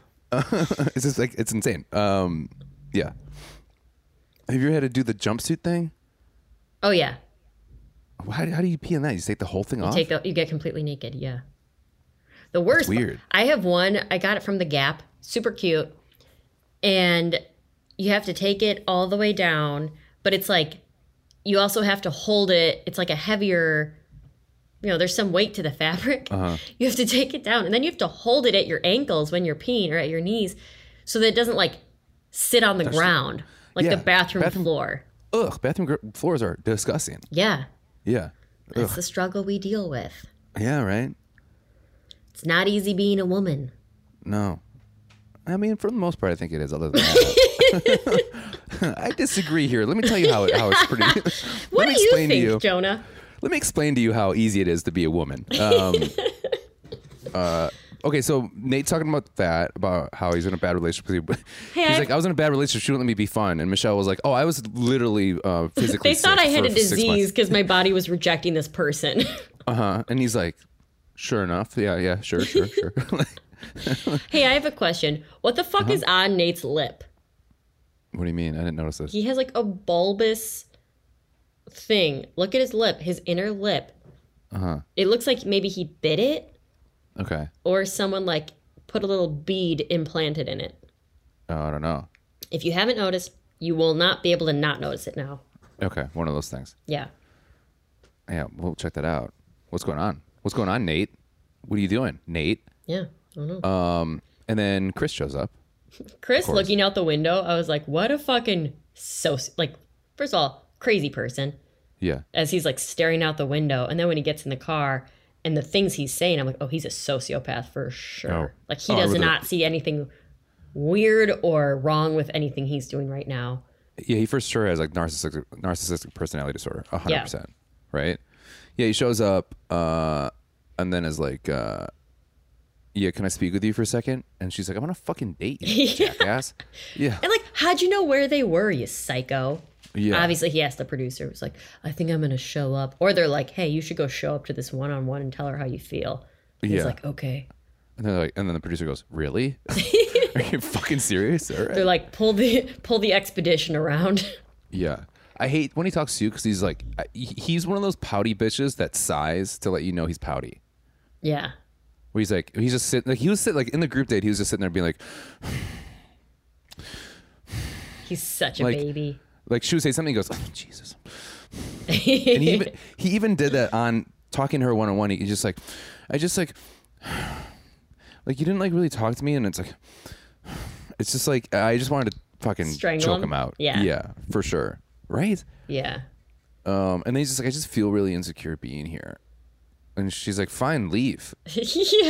*laughs* it's just like it's insane. Um, yeah. Have you ever had to do the jumpsuit thing?
oh, yeah.
How, how do you pee in that? You just take the whole thing off.
Take the, you get completely naked. Yeah. The worst.
weird.
I have one. I got it from the Gap. Super cute. And you have to take it all the way down, but it's like you also have to hold it. It's like a heavier. You know, there's some weight to the fabric.
Uh-huh.
*laughs* You have to take it down, and then you have to hold it at your ankles when you're peeing or at your knees, so that it doesn't like sit on the ground like
Yeah,
the bathroom,
bathroom-
floor.
Ugh, bathroom gr- floors are disgusting.
Yeah,
Yeah.
that's the struggle we deal with.
Yeah. Right.
It's not easy being a woman.
No. I mean, for the most part, I think it is. Other than that,
*laughs*
*laughs* I disagree here. Let me tell you how, it, how it's pretty.
What
Let me
do you
explain
think,
to you.
Jonah?
Let me explain to you how easy it is to be a woman.
*laughs*
Um, uh, okay, so Nate's talking about that, about how he's in a bad relationship. With you. *laughs* He's
I-
like, I was in a bad relationship. She wouldn't let me be fun. And Michelle was like, Oh, I was literally uh, physically.
They thought I
sick
had a
for six months." *laughs*
disease because my body was rejecting this person. *laughs*
Uh-huh. And he's like, Sure enough. Yeah, yeah, sure, sure, sure. *laughs*
hey, I have a question. What the fuck
Uh-huh.
is on Nate's lip?
what do you mean? I didn't notice this.
He has like a bulbous thing. Look at his lip, his inner lip. Uh-huh. It looks like maybe he bit it
Okay.
or someone like put a little bead implanted in it.
Oh, I don't know.
If you haven't noticed, you will not be able to not notice it now.
Okay, one of those things.
Yeah.
Yeah, we'll check that out. What's going on? What's going on, Nate? What are you doing, Nate?
Yeah. I don't know.
And then Chris shows up.
Chris looking out the window, I was like, what a fucking so like first of all, crazy person.
Yeah.
as he's like staring out the window. And then when he gets in the car and the things he's saying, I'm like, oh, he's a sociopath for sure.
Oh.
Like he
Oh, I
does
really-
not see anything weird or wrong with anything he's doing right now.
Yeah, he for sure has like narcissistic narcissistic personality disorder, hundred
Yeah.
percent, right? Yeah, he shows up, uh, and then is like, uh, "Yeah, can I speak with you for a second? And she's like, "I'm on a fucking date, you *laughs* jackass." Yeah,
And like, how'd you know where they were, you psycho?
Yeah.
Obviously, he asked the producer. It was like, I think I'm gonna show up, or they're like, Hey, you should go show up to this one-on-one and tell her how you feel. And He's
Yeah.
like, Okay.
and then like, and then the producer goes, "Really? *laughs* Are you fucking serious?" All right.
They're like, pull the pull the expedition around. *laughs*
Yeah. I hate when he talks to you because he's like, I- he- he's one of those pouty bitches that sighs to let you know he's pouty.
yeah.
Where he's like, he's just sitting, like, he was sitting, like, in the group date, he was just sitting there being like,
He's such a
Like-
baby.
like, she would say something, he goes, oh, Jesus. And he even, he even did that on talking to her one on one. He's just like, I just like, *sighs* like, you didn't, like, really talk to me. And it's like, *sighs* it's just like, I just wanted to fucking
Strangle
choke
him?
him out.
Yeah.
Yeah, for sure. Right?
*laughs* yeah.
Um, and then he's just like, I just feel really insecure being here. And she's like, fine, leave.
*laughs* yeah.
he's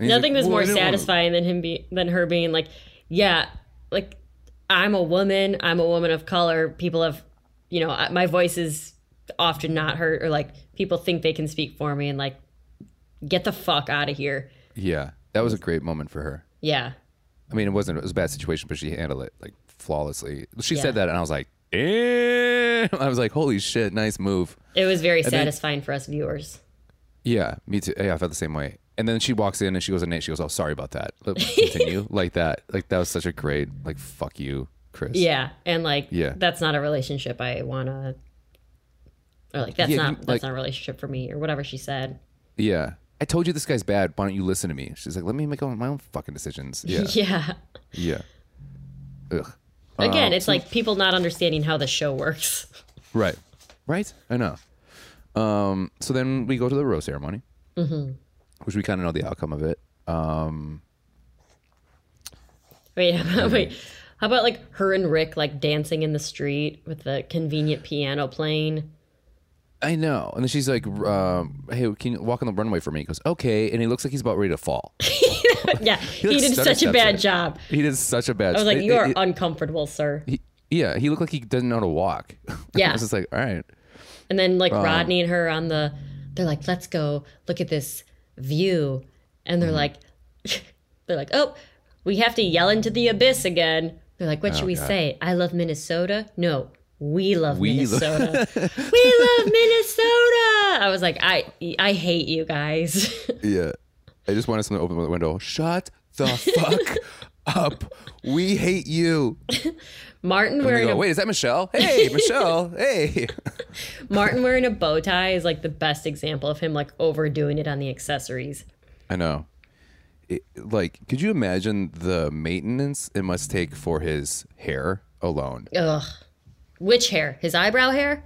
Nothing
like, "Well,
was
I
more
didn't wanna-"
satisfying than him be- than her being like, yeah, like I'm a woman, I'm a woman of color. People have, you know, I- my voice is often not heard or like people think they can speak for me and like get the fuck out of here.
Yeah. That was a great moment for her.
Yeah.
I mean, it wasn't, it was a bad situation, but she handled it like flawlessly. She
Yeah.
said that, and I was like, eh. *laughs* I was like, holy shit, nice move.
It was very
then-
satisfying for us viewers.
Yeah, me too. Yeah, I felt the same way. And then she walks in and she goes, and Nate, she goes, oh, sorry about that.
*laughs*
Let- Continue like that. Like that was such a great, like, fuck you, Chris.
Yeah. And like
Yeah.
that's not a relationship I wanna or like that's
Yeah,
not
you-
that's
like-
not a relationship for me or whatever she said.
Yeah. I told you this guy's bad. Why don't you listen to me? She's like, let me make all my own fucking decisions. Yeah.
*laughs*
Uh,
yeah.
yeah. Ugh.
Again, it's like people not understanding how the show works.
Right. Right. I know. Um, so then we go to the rose ceremony,
Mm-hmm.
which we kind of know the outcome of it.
Wait, how about, wait. How about like her and Rick like dancing in the street with the convenient piano playing?
I know. And then she's like, um, hey, can you walk on the runway for me? He goes, okay. And he looks like he's about ready to fall. *laughs*
Yeah, he,
like,
did
stutter
such a
steps
bad
it.
job.
He did such a bad
I was like,
it-
you
it-
are
it-
uncomfortable, sir.
he- yeah, he looked like he doesn't know how to walk. *laughs* I
Yeah.
was just like, all right.
And then like Rodney and her on the, they're like, let's go look at this view,
Mm-hmm.
and they're like, *laughs* they're like, oh, we have to yell into the abyss again. They're like,
Oh,
what should we say? I love Minnesota. No, we love
We lo- *laughs*
Minnesota. we love Minnesota. I was like, I I hate you guys. *laughs*
Yeah. I just wanted someone to open the window. Shut *laughs* the fuck up. We hate you.
Martin
And they
wearing
go,
a
Wait, is that Michelle?
*laughs*
Hey, Michelle. Hey.
Martin wearing a bow tie is like the best example of him like overdoing it on the accessories.
*laughs* I know. It, like, could you imagine the maintenance it must take for his hair alone?
Ugh. Which hair? His eyebrow hair?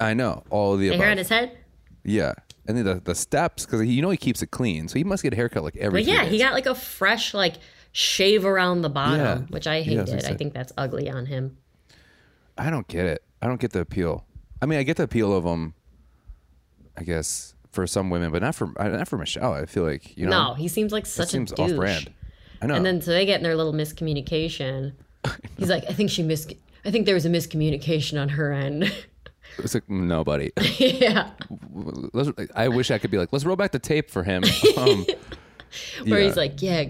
I know all of the
The
above.
hair on his head?
yeah, and then the the steps because you know he keeps it clean, so he must get a haircut like every.
But
three
yeah, he
days.
got like a fresh like shave around the bottom,
Yeah.
which I
Yeah, I was
hated.
gonna
I
say.
think that's ugly on him.
I don't get it. I don't get the appeal. I mean, I get the appeal of him. I guess for some women, but not for uh, not for Michelle. I feel like you know
No, he seems like
it
such
seems
a douche.
off brand. I know.
And then so they get in their
*laughs*
little miscommunication. He's like, I think she mis I think there was a miscommunication on her end. *laughs*
it's like nobody.
yeah.
Let's- I wish I could be like, let's roll back the tape for
*laughs*
him. Um,
Where
yeah.
he's like, yeah.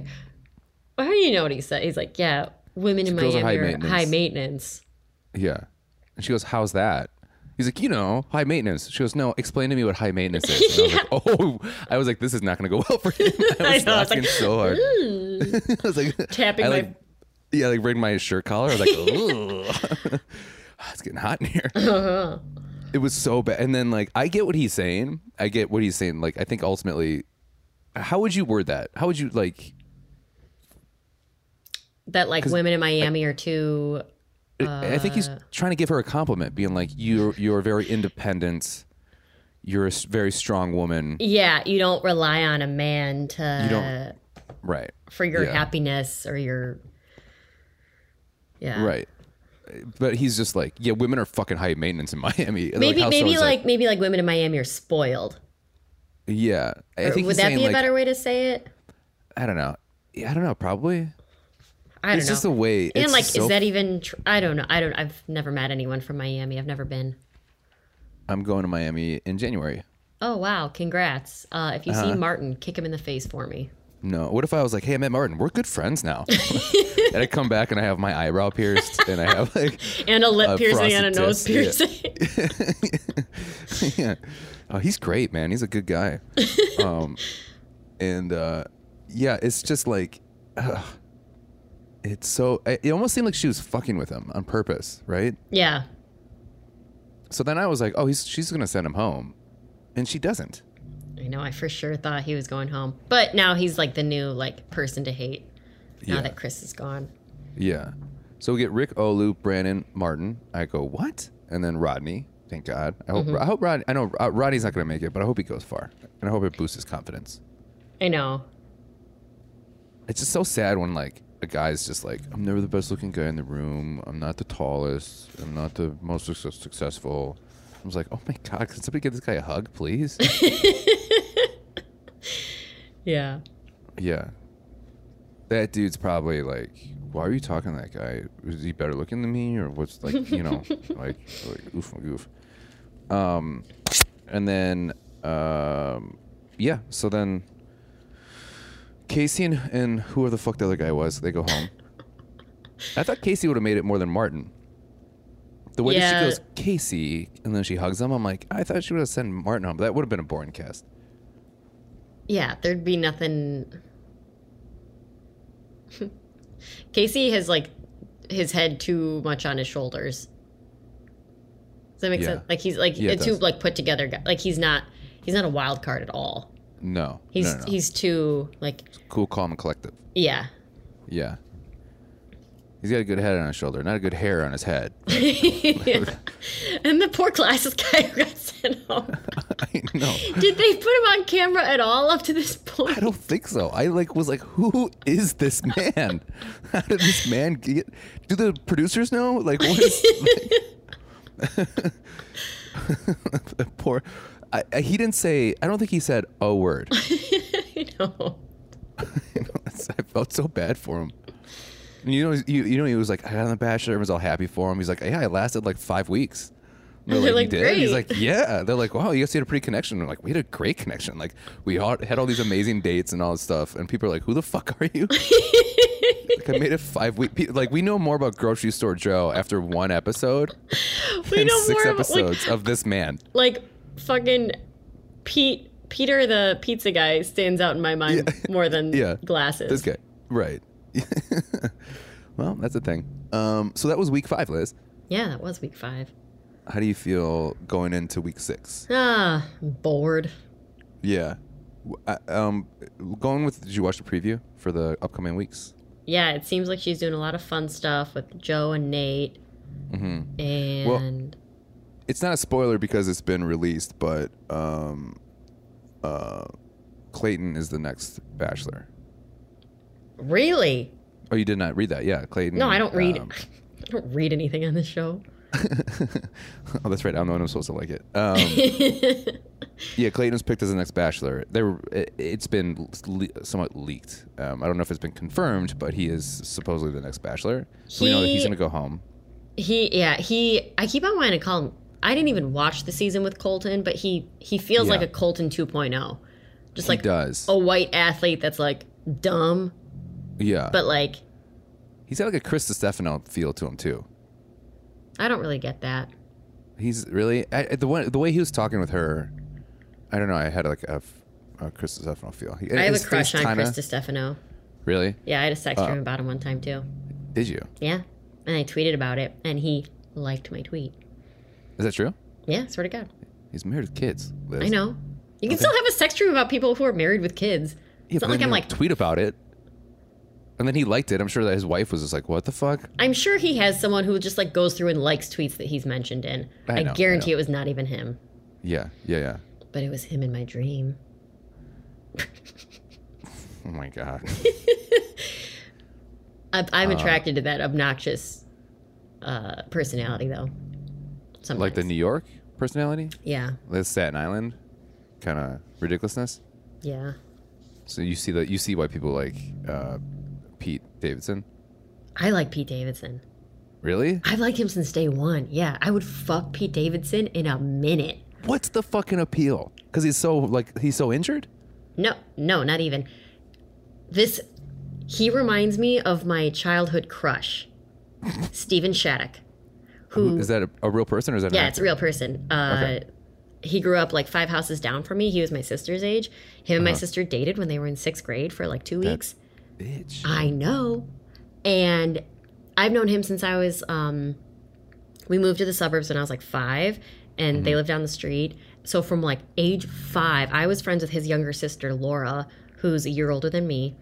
Well, how do you know what he said? He's like, yeah, women in
Girls are high
Miami are
maintenance.
High maintenance.
Yeah. And she goes, How's that? He's like, You know, high maintenance. She goes, No, explain to me what high maintenance is. And
*laughs*
I was like, Oh, I was like, This is not going to go well for *laughs* him. I
I
was
know, I was
laughing
like, "Hmm."
so hard. *laughs* I was like,
Tapping
I
my-
like, Yeah, like rigged my shirt collar. I was like, Ooh,
*laughs*
*laughs* it's getting hot in here.
Uh-huh.
It was so bad. And then, like, I get what he's saying. I get what he's saying. Like, I think ultimately, how would you word that? How would you, like,
that like women in Miami are too.
I think he's
Uh,
trying to give her a compliment, being like, "You're you're very independent. You're a s- very strong woman.
Yeah, you don't rely on a man to
You don't right
for your
yeah.
happiness or your. Yeah.
right." But he's just like, "Yeah, women are fucking high maintenance in *laughs* Miami."
Maybe
how
maybe
someone's
like, maybe like women in Miami are spoiled.
yeah. I
Or
think
Would
he's
that
saying,
be a
like,
better way to say it?
I don't know. Yeah, I don't know. Probably
I
it's
don't
just
know.
the way. it's
and like,
so-
is that e even? Tr- I don't know. I don't. I've never met anyone from Miami. I've never been.
I'm going to Miami in January.
Oh wow! Congrats. Uh, if you
Uh-huh.
see Martin, kick him in the face for me.
No, what if I was like, "Hey, I met Martin. We're good friends
*laughs*
now," *laughs* and I come back and I have my eyebrow pierced and I have like
And a lip
A
piercing and a
frosted
nose
tips,
piercing. *laughs*
*laughs* yeah. Oh, he's great, man. He's a good guy. um, and uh, yeah, it's just like, ugh. it's so. It it almost seemed like she was fucking with him on purpose, right?
yeah.
So then I was like, oh, he's she's gonna send him home, and she doesn't.
I know. I for sure thought he was going home, but now he's like the new like person to hate. Now
Yeah.
that Chris is gone,
Yeah. So we get Rick Olu, Brandon, Martin. I go what? And then Rodney. Thank God. I hope. I hope Rod. I know uh, Rodney's not gonna make it, but I hope he goes far, and I hope it boosts his confidence.
I know.
it's just so sad when like a guy's just like i'm never the best looking guy in the room i'm not the tallest i'm not the most success- successful I was like, oh my God, can somebody give this guy a hug, please?
Yeah.
yeah. That dude's probably like, why are you talking to that guy? Is he better looking than me? Or what's like, you
*laughs*
know, like, like oof, goof. Um, and then, um, yeah, so then Casey and, and whoever the fuck the other guy was, they go home. I thought Casey would have made it more than Martin. The way
Yeah.
that she goes, Casey, and then she hugs him, I'm like, I thought she would have sent Martin home, but that would have been a boring cast.
Yeah, there'd be nothing. *laughs* Casey has like his head too much on his shoulders. Does that make
Yeah.
sense? Like he's like
Yeah, it
a too
does.
like put together guy. Like he's not he's not a wild card at all.
No.
He's
no, no, no.
he's too like
cool, calm, and collective. *laughs*
yeah. *laughs*
Yeah. He's got a good head on his shoulder, not a good hair on his head. *laughs*
And the poor glasses guy who got sent home.
I know.
Did they put him on camera at all up to this point? *laughs*
I don't think so. I like was like, who is this man? *laughs* How did this man get? Do the producers know? Like, what is? like- *laughs* The poor. I, I, he didn't say. I don't think he said a word.
You
*laughs*
know.
You know, it's- I felt so bad for him. And you know, you, you know, he was like, I got on the Bachelor. Everyone's all happy for him. He's like, yeah, I lasted like five weeks. And
*laughs* They're
"You
like,
did?" He's
"Great."
like, yeah. They're like, wow, you guys had a pretty connection. We're like, we had a great connection. Like, we all, had all these amazing dates and all this stuff. And people are like, who the fuck are
*laughs*
you? like, I made it five weeks. Like, we know more about Grocery Store Joe after one episode
We
and
know
six
more about like
episodes of this man.
like fucking Pete Peter the pizza guy stands out in my mind *laughs* more than
Yeah.
glasses.
This guy. Right. *laughs* well, that's a thing. Um, so that was week five, Liz.
Yeah, that was week five.
How do you feel going into week six?
Ah, I'm bored.
Yeah. W- I- um, going with, did you watch the preview for the upcoming weeks?
Yeah, it seems like she's doing a lot of fun stuff with Joe and Nate. Mm-hmm. And
It's not a spoiler because it's been released, but um, uh, Clayton is the next Bachelor.
really,
Oh, you did not read that? Yeah, Clayton.
no, I don't read.
um,
*laughs* I don't read anything on this show. *laughs*
*laughs* oh, that's right. I'm the one who's supposed to like it.
*laughs*
Um, yeah, Clayton was picked as the next Bachelor. There, it, it's been le- somewhat leaked. Um, I don't know if it's been confirmed, but he is supposedly the next Bachelor. we know that he's
He-
going to go home.
He, yeah, he. I keep on wanting to call him. I didn't even watch the season with Colton, but he he feels
Yeah.
like a Colton 2.0, just like oh,
he does.
a white athlete that's like dumb,
yeah,
but like
he's got like a Chris Stefano feel to him too.
I don't really get that.
He's really I, I- the one the way he was talking with her. I don't know. I had like a, f- a Chris Stefano feel. He-
I have
his
a crush
face
on
kinda-
Chris Stefano.
Really?
Yeah, I had a sex dream about him one time too.
Did you?
Yeah, and I tweeted about it, and he liked my tweet.
Is that true?
Yeah, swear to God,
He's married with kids. Liz.
I know. You can still have a sex dream about people who are married with kids.
Yeah,
it's
but then
not like I'm
he'll
like.
tweet about it, and then he liked it. I'm sure that his wife was just like, "What the fuck?"
I'm sure he has someone who just like goes through and likes tweets that he's mentioned in.
I
I,
know, I
guarantee
know.
it was not even him,
Yeah, yeah, yeah.
but it was him in my dream.
Oh my god.
*laughs*
*laughs*
I,
Uh,
I'm attracted to that obnoxious uh, personality though. Sometimes.
like the New York personality,
yeah,
the Staten Island kind of ridiculousness.
yeah.
So you see that you see why people like uh, Pete Davidson.
I like Pete Davidson.
Really?
I've liked him since day one. Yeah, I would fuck Pete Davidson in a minute.
What's the fucking appeal? Because he's so like he's so injured.
No, no, not even. This, he reminds me of my childhood crush, Stephen Shattuck, who
Is that a, a real person or is that? an
Mm. yeah, it's
actor?
a real person. Uh,
Okay.
He grew up like five houses down from me. He was my sister's age. Him and my
Uh-huh.
sister dated when they were in sixth grade for like two weeks.
bitch.
I know. And I've known him since I was um we moved to the suburbs when I was like 5 and they lived down the street. So from like age 5, I was friends with his younger sister Laura, who's a year older than me,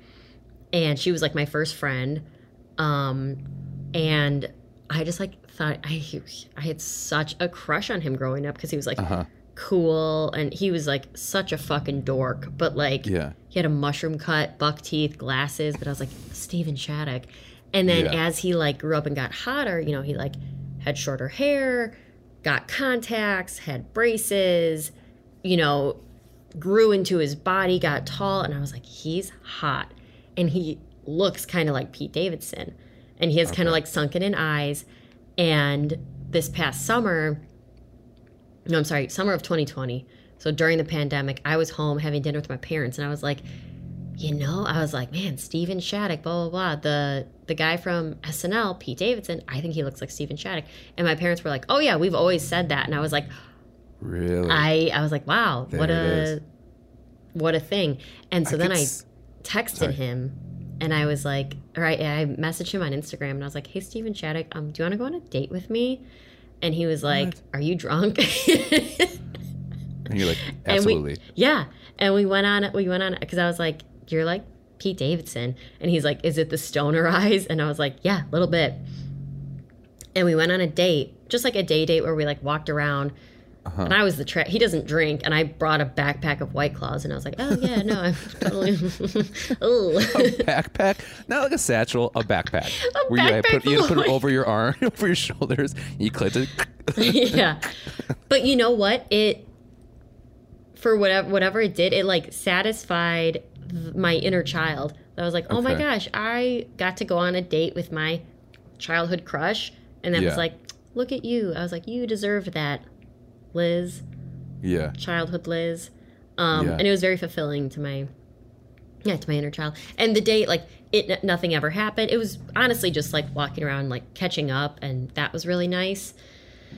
and she was like my first friend. Um and I just like thought I I had such a crush on him growing up cuz he was like cool and he was like such a fucking dork, but like
Yeah.
he had a mushroom cut, buck teeth, glasses, but I was like, Steven Shattuck. And then
Yeah.
as he like grew up and got hotter, you know, he like had shorter hair, got contacts, had braces, you know, grew into his body, got tall, and I was like, he's hot. And he looks kind of like Pete Davidson. And he has kind of like sunken in eyes. And this past summer, no, I'm sorry, summer of 2020. So during the pandemic, I was home having dinner with my parents, and I was like, you know, I was like, man, Steven Shattuck, blah blah blah, the the guy from SNL, Pete Davidson. I think he looks like Steven Shattuck. And my parents were like, oh yeah, we've always said that. And I was like,
Really?
I I was like, wow,
There
what
it is.
a what a thing. And so
I
then
could
I
s-
texted
Sorry.
him and I was like, or I, I messaged him on Instagram and I was like, hey, Steven Shattuck, um, do you want to go on a date with me? And he was like, are you drunk? *laughs*
And you're like,
And we-
absolutely.
yeah. And we went on, we went on, because I was like, you're like Pete Davidson. And he's like, is it the stoner *laughs* eyes? And I was like, yeah, a little bit. And we went on a date, just like a day date where we like walked around. And I was the tra- he doesn't drink, and I brought a backpack of White Claws, and I was like, oh yeah, no, I'm totally. *laughs* Ooh.
backpack, not like a satchel, a
*laughs*
backpack. where you had
backpack
put, you had to
full
put it
of-
over your arm, *laughs* over your shoulders. You clipped it. *laughs*
*laughs* yeah. But you know what? It for whatever whatever it did, it like satisfied th- my inner child. I was like, "Oh my
Okay.
gosh, I got to go on a date with my childhood crush." And that
Yeah.
was like, "Look at you." I was like, "You deserved that." Liz,
Yeah.
childhood Liz. Um
Yeah.
and it was very fulfilling to my yeah, to my inner child. And the date like it nothing ever happened. It was honestly just like walking around like catching up and that was really nice.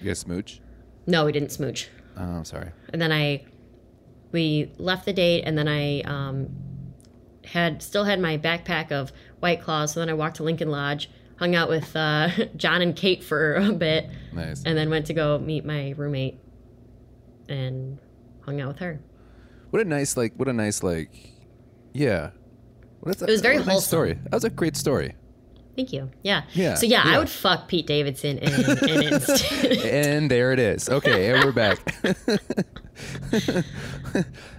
You guys smooch?
No, we didn't smooch.
Oh, I'm sorry.
and then I we left the date, and then I um, had still had my backpack of White Claws. So then I walked to Lincoln Lodge, hung out with uh, *laughs* John and Kate for a bit,
Nice.
and then went to go meet my roommate and hung out with her.
What a nice like. What a nice like. Yeah. What is that?
It was very
what a
wholesome.
story. That was a great story.
Thank you. Yeah.
Yeah,
so yeah,
yeah.
I would fuck Pete Davidson
*laughs*
in an instant.
And there it is. Okay, and we're back. *laughs*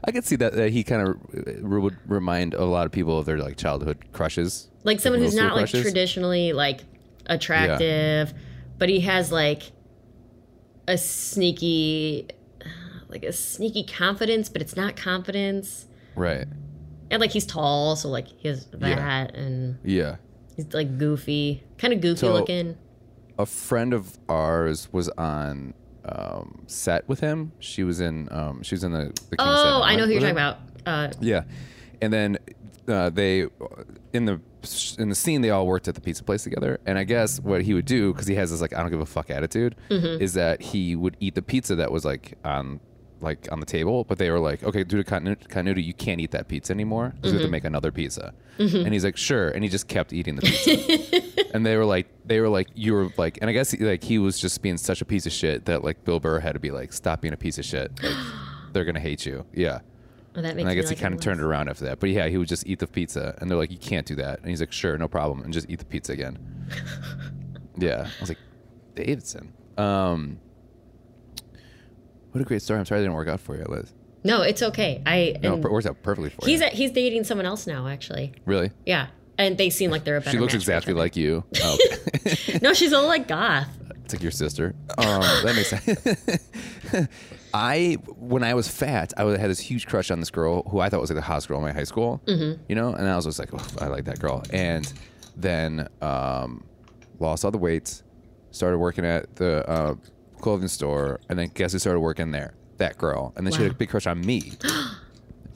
I could see that, that he kind of would remind a lot of people of their like childhood crushes.
like someone who's
middle
not
school
like
crushes?
traditionally like attractive but he has like a sneaky like a sneaky confidence but it's not confidence
Right.
and like he's tall so like he has that
Yeah.
and
Yeah.
he's like goofy kind of goofy
So-
looking
a friend of ours was on um, set with him. She was in um, she was in the, the King of
oh
Staten
i know
Island
who you're
with
talking
him.
about uh
Yeah, and then uh, they in the in the scene they all worked at the pizza place together. And I guess what he would do because he has this like I don't give a fuck attitude is that he would eat the pizza that was like on like on the table, but they were like, okay, due to continu- continuity, you can't eat that pizza anymore because we have to make another pizza. And he's like, sure, and he just kept eating the pizza. and they were like, they were like, you were like, and I guess like he was just being such a piece of shit that like Bill Burr had to be like, stop being a piece of shit. Like, they're gonna hate you. Yeah.
oh, that makes
And I
me
guess
like
he kind of
him
turned
less.
it around after that. But yeah, he would just eat the pizza, and they're like, "You can't do that." And he's like, "Sure, no problem," and just eat the pizza
*laughs*
again. yeah, I was like, Davidson. Um, what a great story. I'm sorry it didn't work out for you, Liz.
no it's okay i
No,
and
it worked out perfectly for
he's
you.
a, he's dating someone else now actually
really?
yeah and they seem like they're a better
She looks
match for each
exactly
other.
like
*laughs*
you. Oh, okay.
no she's all like goth
It's like your sister. Um, that makes sense. *laughs* I, when I was fat, I was- had this huge crush on this girl who I thought was like the hottest girl in my high school.
Mm-hmm.
You know, and I was just like, oh, I like that girl. And then um, lost all the weight, started working at the uh, clothing store, and then guess who started working there? That girl. And then she had a
Wow.
big crush on
*gasps*
me.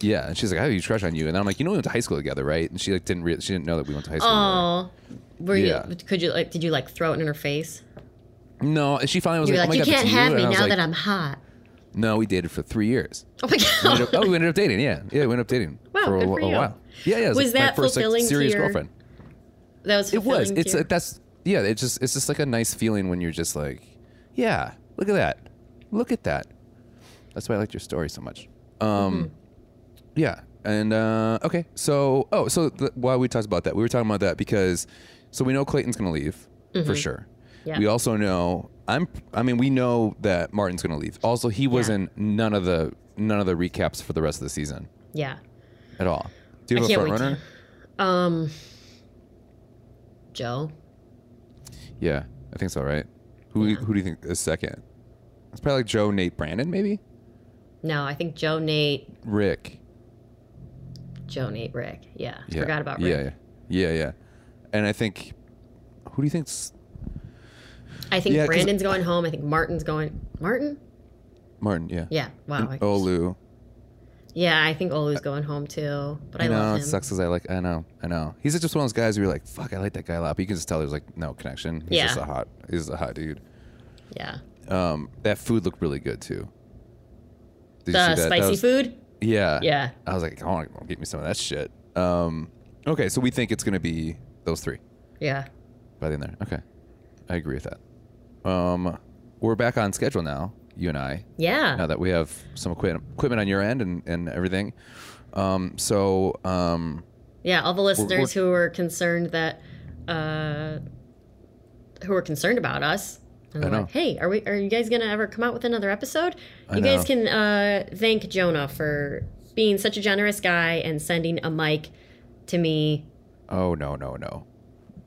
yeah, and she's like, I have a huge crush on you. And I'm like, you know, we went to high school together, right? And she like didn't re- she didn't know that we went to high school. together.
Oh, were
Yeah.
you? Could you like? Did you like throw it in her face?
No, and she finally was
You were
like,
like,
oh my
you
God,
can't
it's you."
have
And
me
I
now
was like,
that I'm hot. *laughs*
No, we dated for three years.
Oh my
We
god!
ended up- oh, we ended up dating. Yeah, yeah, we ended up dating
Wow,
for, a,
good for
a
you.
while. Yeah, yeah. It was,
Was
like, my
that
first, like,
fulfilling to
serious
your-
girlfriend?
*laughs* that was
It was.
fulfilling
It's
to you.
like that's yeah. It's just it's just like a nice feeling when you're just like, yeah, look at that, look at that. That's why I liked your story so much.
Mm-hmm.
Um, yeah, and uh, okay, so oh, so th- why we talked about that? We were talking about that because so we know Clayton's gonna leave for sure.
Mm-hmm. Yeah.
We also know I'm. I mean, we know that Martin's gonna leave. Also, he was
Yeah.
in none of the none of the recaps for the rest of the season
yeah.
at all. Do you
I
have a
can't
front
wait to-
runner?
Um, Joe.
Yeah, I think so. Right? Who Who do you think is second? It's probably like Joe, Nate, Brandon, maybe
No, I think Joe Nate,
Rick.
Joe Nate, Rick. Yeah,
Yeah.
forgot about Rick.
yeah, yeah, yeah, yeah. And I think who do you think's
I think
Yeah, 'cause-
Brandon's going home. I think Martin's going. Martin?
Martin? Yeah,
Yeah. Wow. I-
Olu.
Yeah, I think Olu's going home too. But I,
I know
love
it
him.
sucks because I like. I know, I know. He's just one of those guys where you're like, fuck, I like that guy a lot, but you can just tell there's like no connection. He's
Yeah.
just a hot. He's a hot dude.
Yeah.
Um, that food looked really good too. Did see
The
that? That
spicy
was-
food.
Yeah.
Yeah.
I was like, I want to get me some of that shit. Um, okay, so we think it's gonna be those three
Yeah.
by the end there. Okay, I agree with that. Um, we're back on schedule now, you and I.
Yeah.
Now that we have some equip- equipment on your end and and everything. Um, so um,
Yeah, all the listeners
we're-
who were concerned that, uh, who were concerned about us, and
I
were like,
know.
hey, are we? Are you guys gonna ever come out with another episode?
I
you guys
know.
can uh, thank Jonah for being such a generous guy and sending a mic to me.
oh no no no,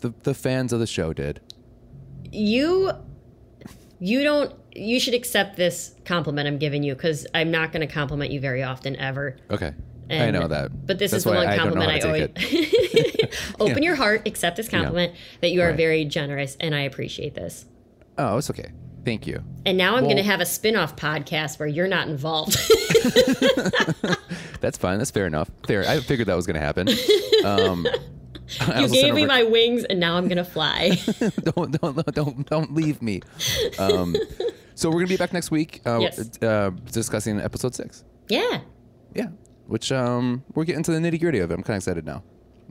the the fans of the show did.
You, you don't. You should accept this compliment I'm giving you because I'm not gonna compliment you very often ever.
Okay,
And-
I know that.
But this
That's
is the
why
one
I don't know
compliment
how
I,
to
owe you.
take
*laughs* Open your heart, accept this compliment that you are
Right.
very generous, and I appreciate this.
Oh, it's okay. Thank you.
And now I'm going to
Well-
have a spin off podcast where you're not involved.
That's fine. That's fair enough. There, I figured that was gonna
*laughs*
happen. Um, *laughs* *laughs* I
you
also sent
gave me
over-
my wings, and now I'm going
*laughs*
to fly. *laughs*
don't don't don't don't leave me. Um, so we're gonna be back next week uh,
Yes.
uh, discussing episode six.
yeah.
Yeah, which um, we're getting to the nitty gritty of it. I'm kind of excited now.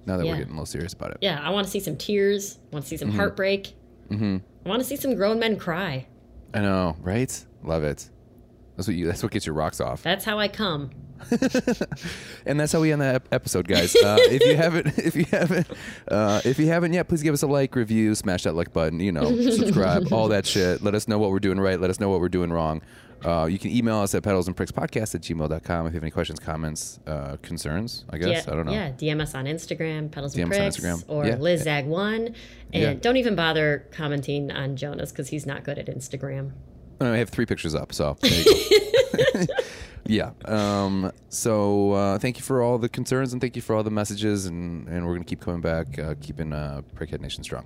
Now that
Yeah.
we're getting a little serious about it.
Yeah. I want to see some tears. I want to see
Mm-hmm.
some heartbreak. I want to see some grown men cry.
I know, right? Love it. That's what you. That's what gets your rocks off.
That's how I come.
and that's how we end the ep- episode, guys. Uh, if you haven't, *laughs* if you haven't, uh, if you haven't yet, please give us a like, review, smash that like button, you
*laughs*
know, subscribe, all that shit. Let us know what we're doing right. Let us know what we're doing wrong. Uh, you can email us at pedals and pricks podcast at gmail.com if you have any questions, comments, uh, concerns, I guess.
yeah,
I don't know.
Yeah, DM us on Instagram, Pedals and
DM
Pricks,
us on Instagram.
or
Yeah.
LizZag1. And
Yeah.
don't even bother commenting on Jonas because he's not good at Instagram.
No, I have three pictures up, so there you go.
*laughs*
*laughs* yeah. Um, so uh, thank you for all the concerns and thank you for all the messages. And, and we're going to keep coming back, uh, keeping uh, Prickhead Nation strong.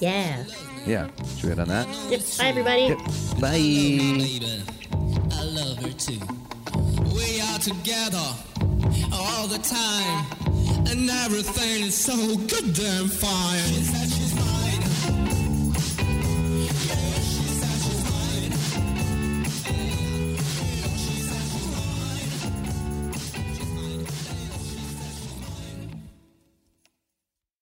Yeah.
Yeah. Should we end on that?
Yep. Bye, everybody.
Bye.
Lady, I love her too. We are together all the time, and everything is so goddamn fine.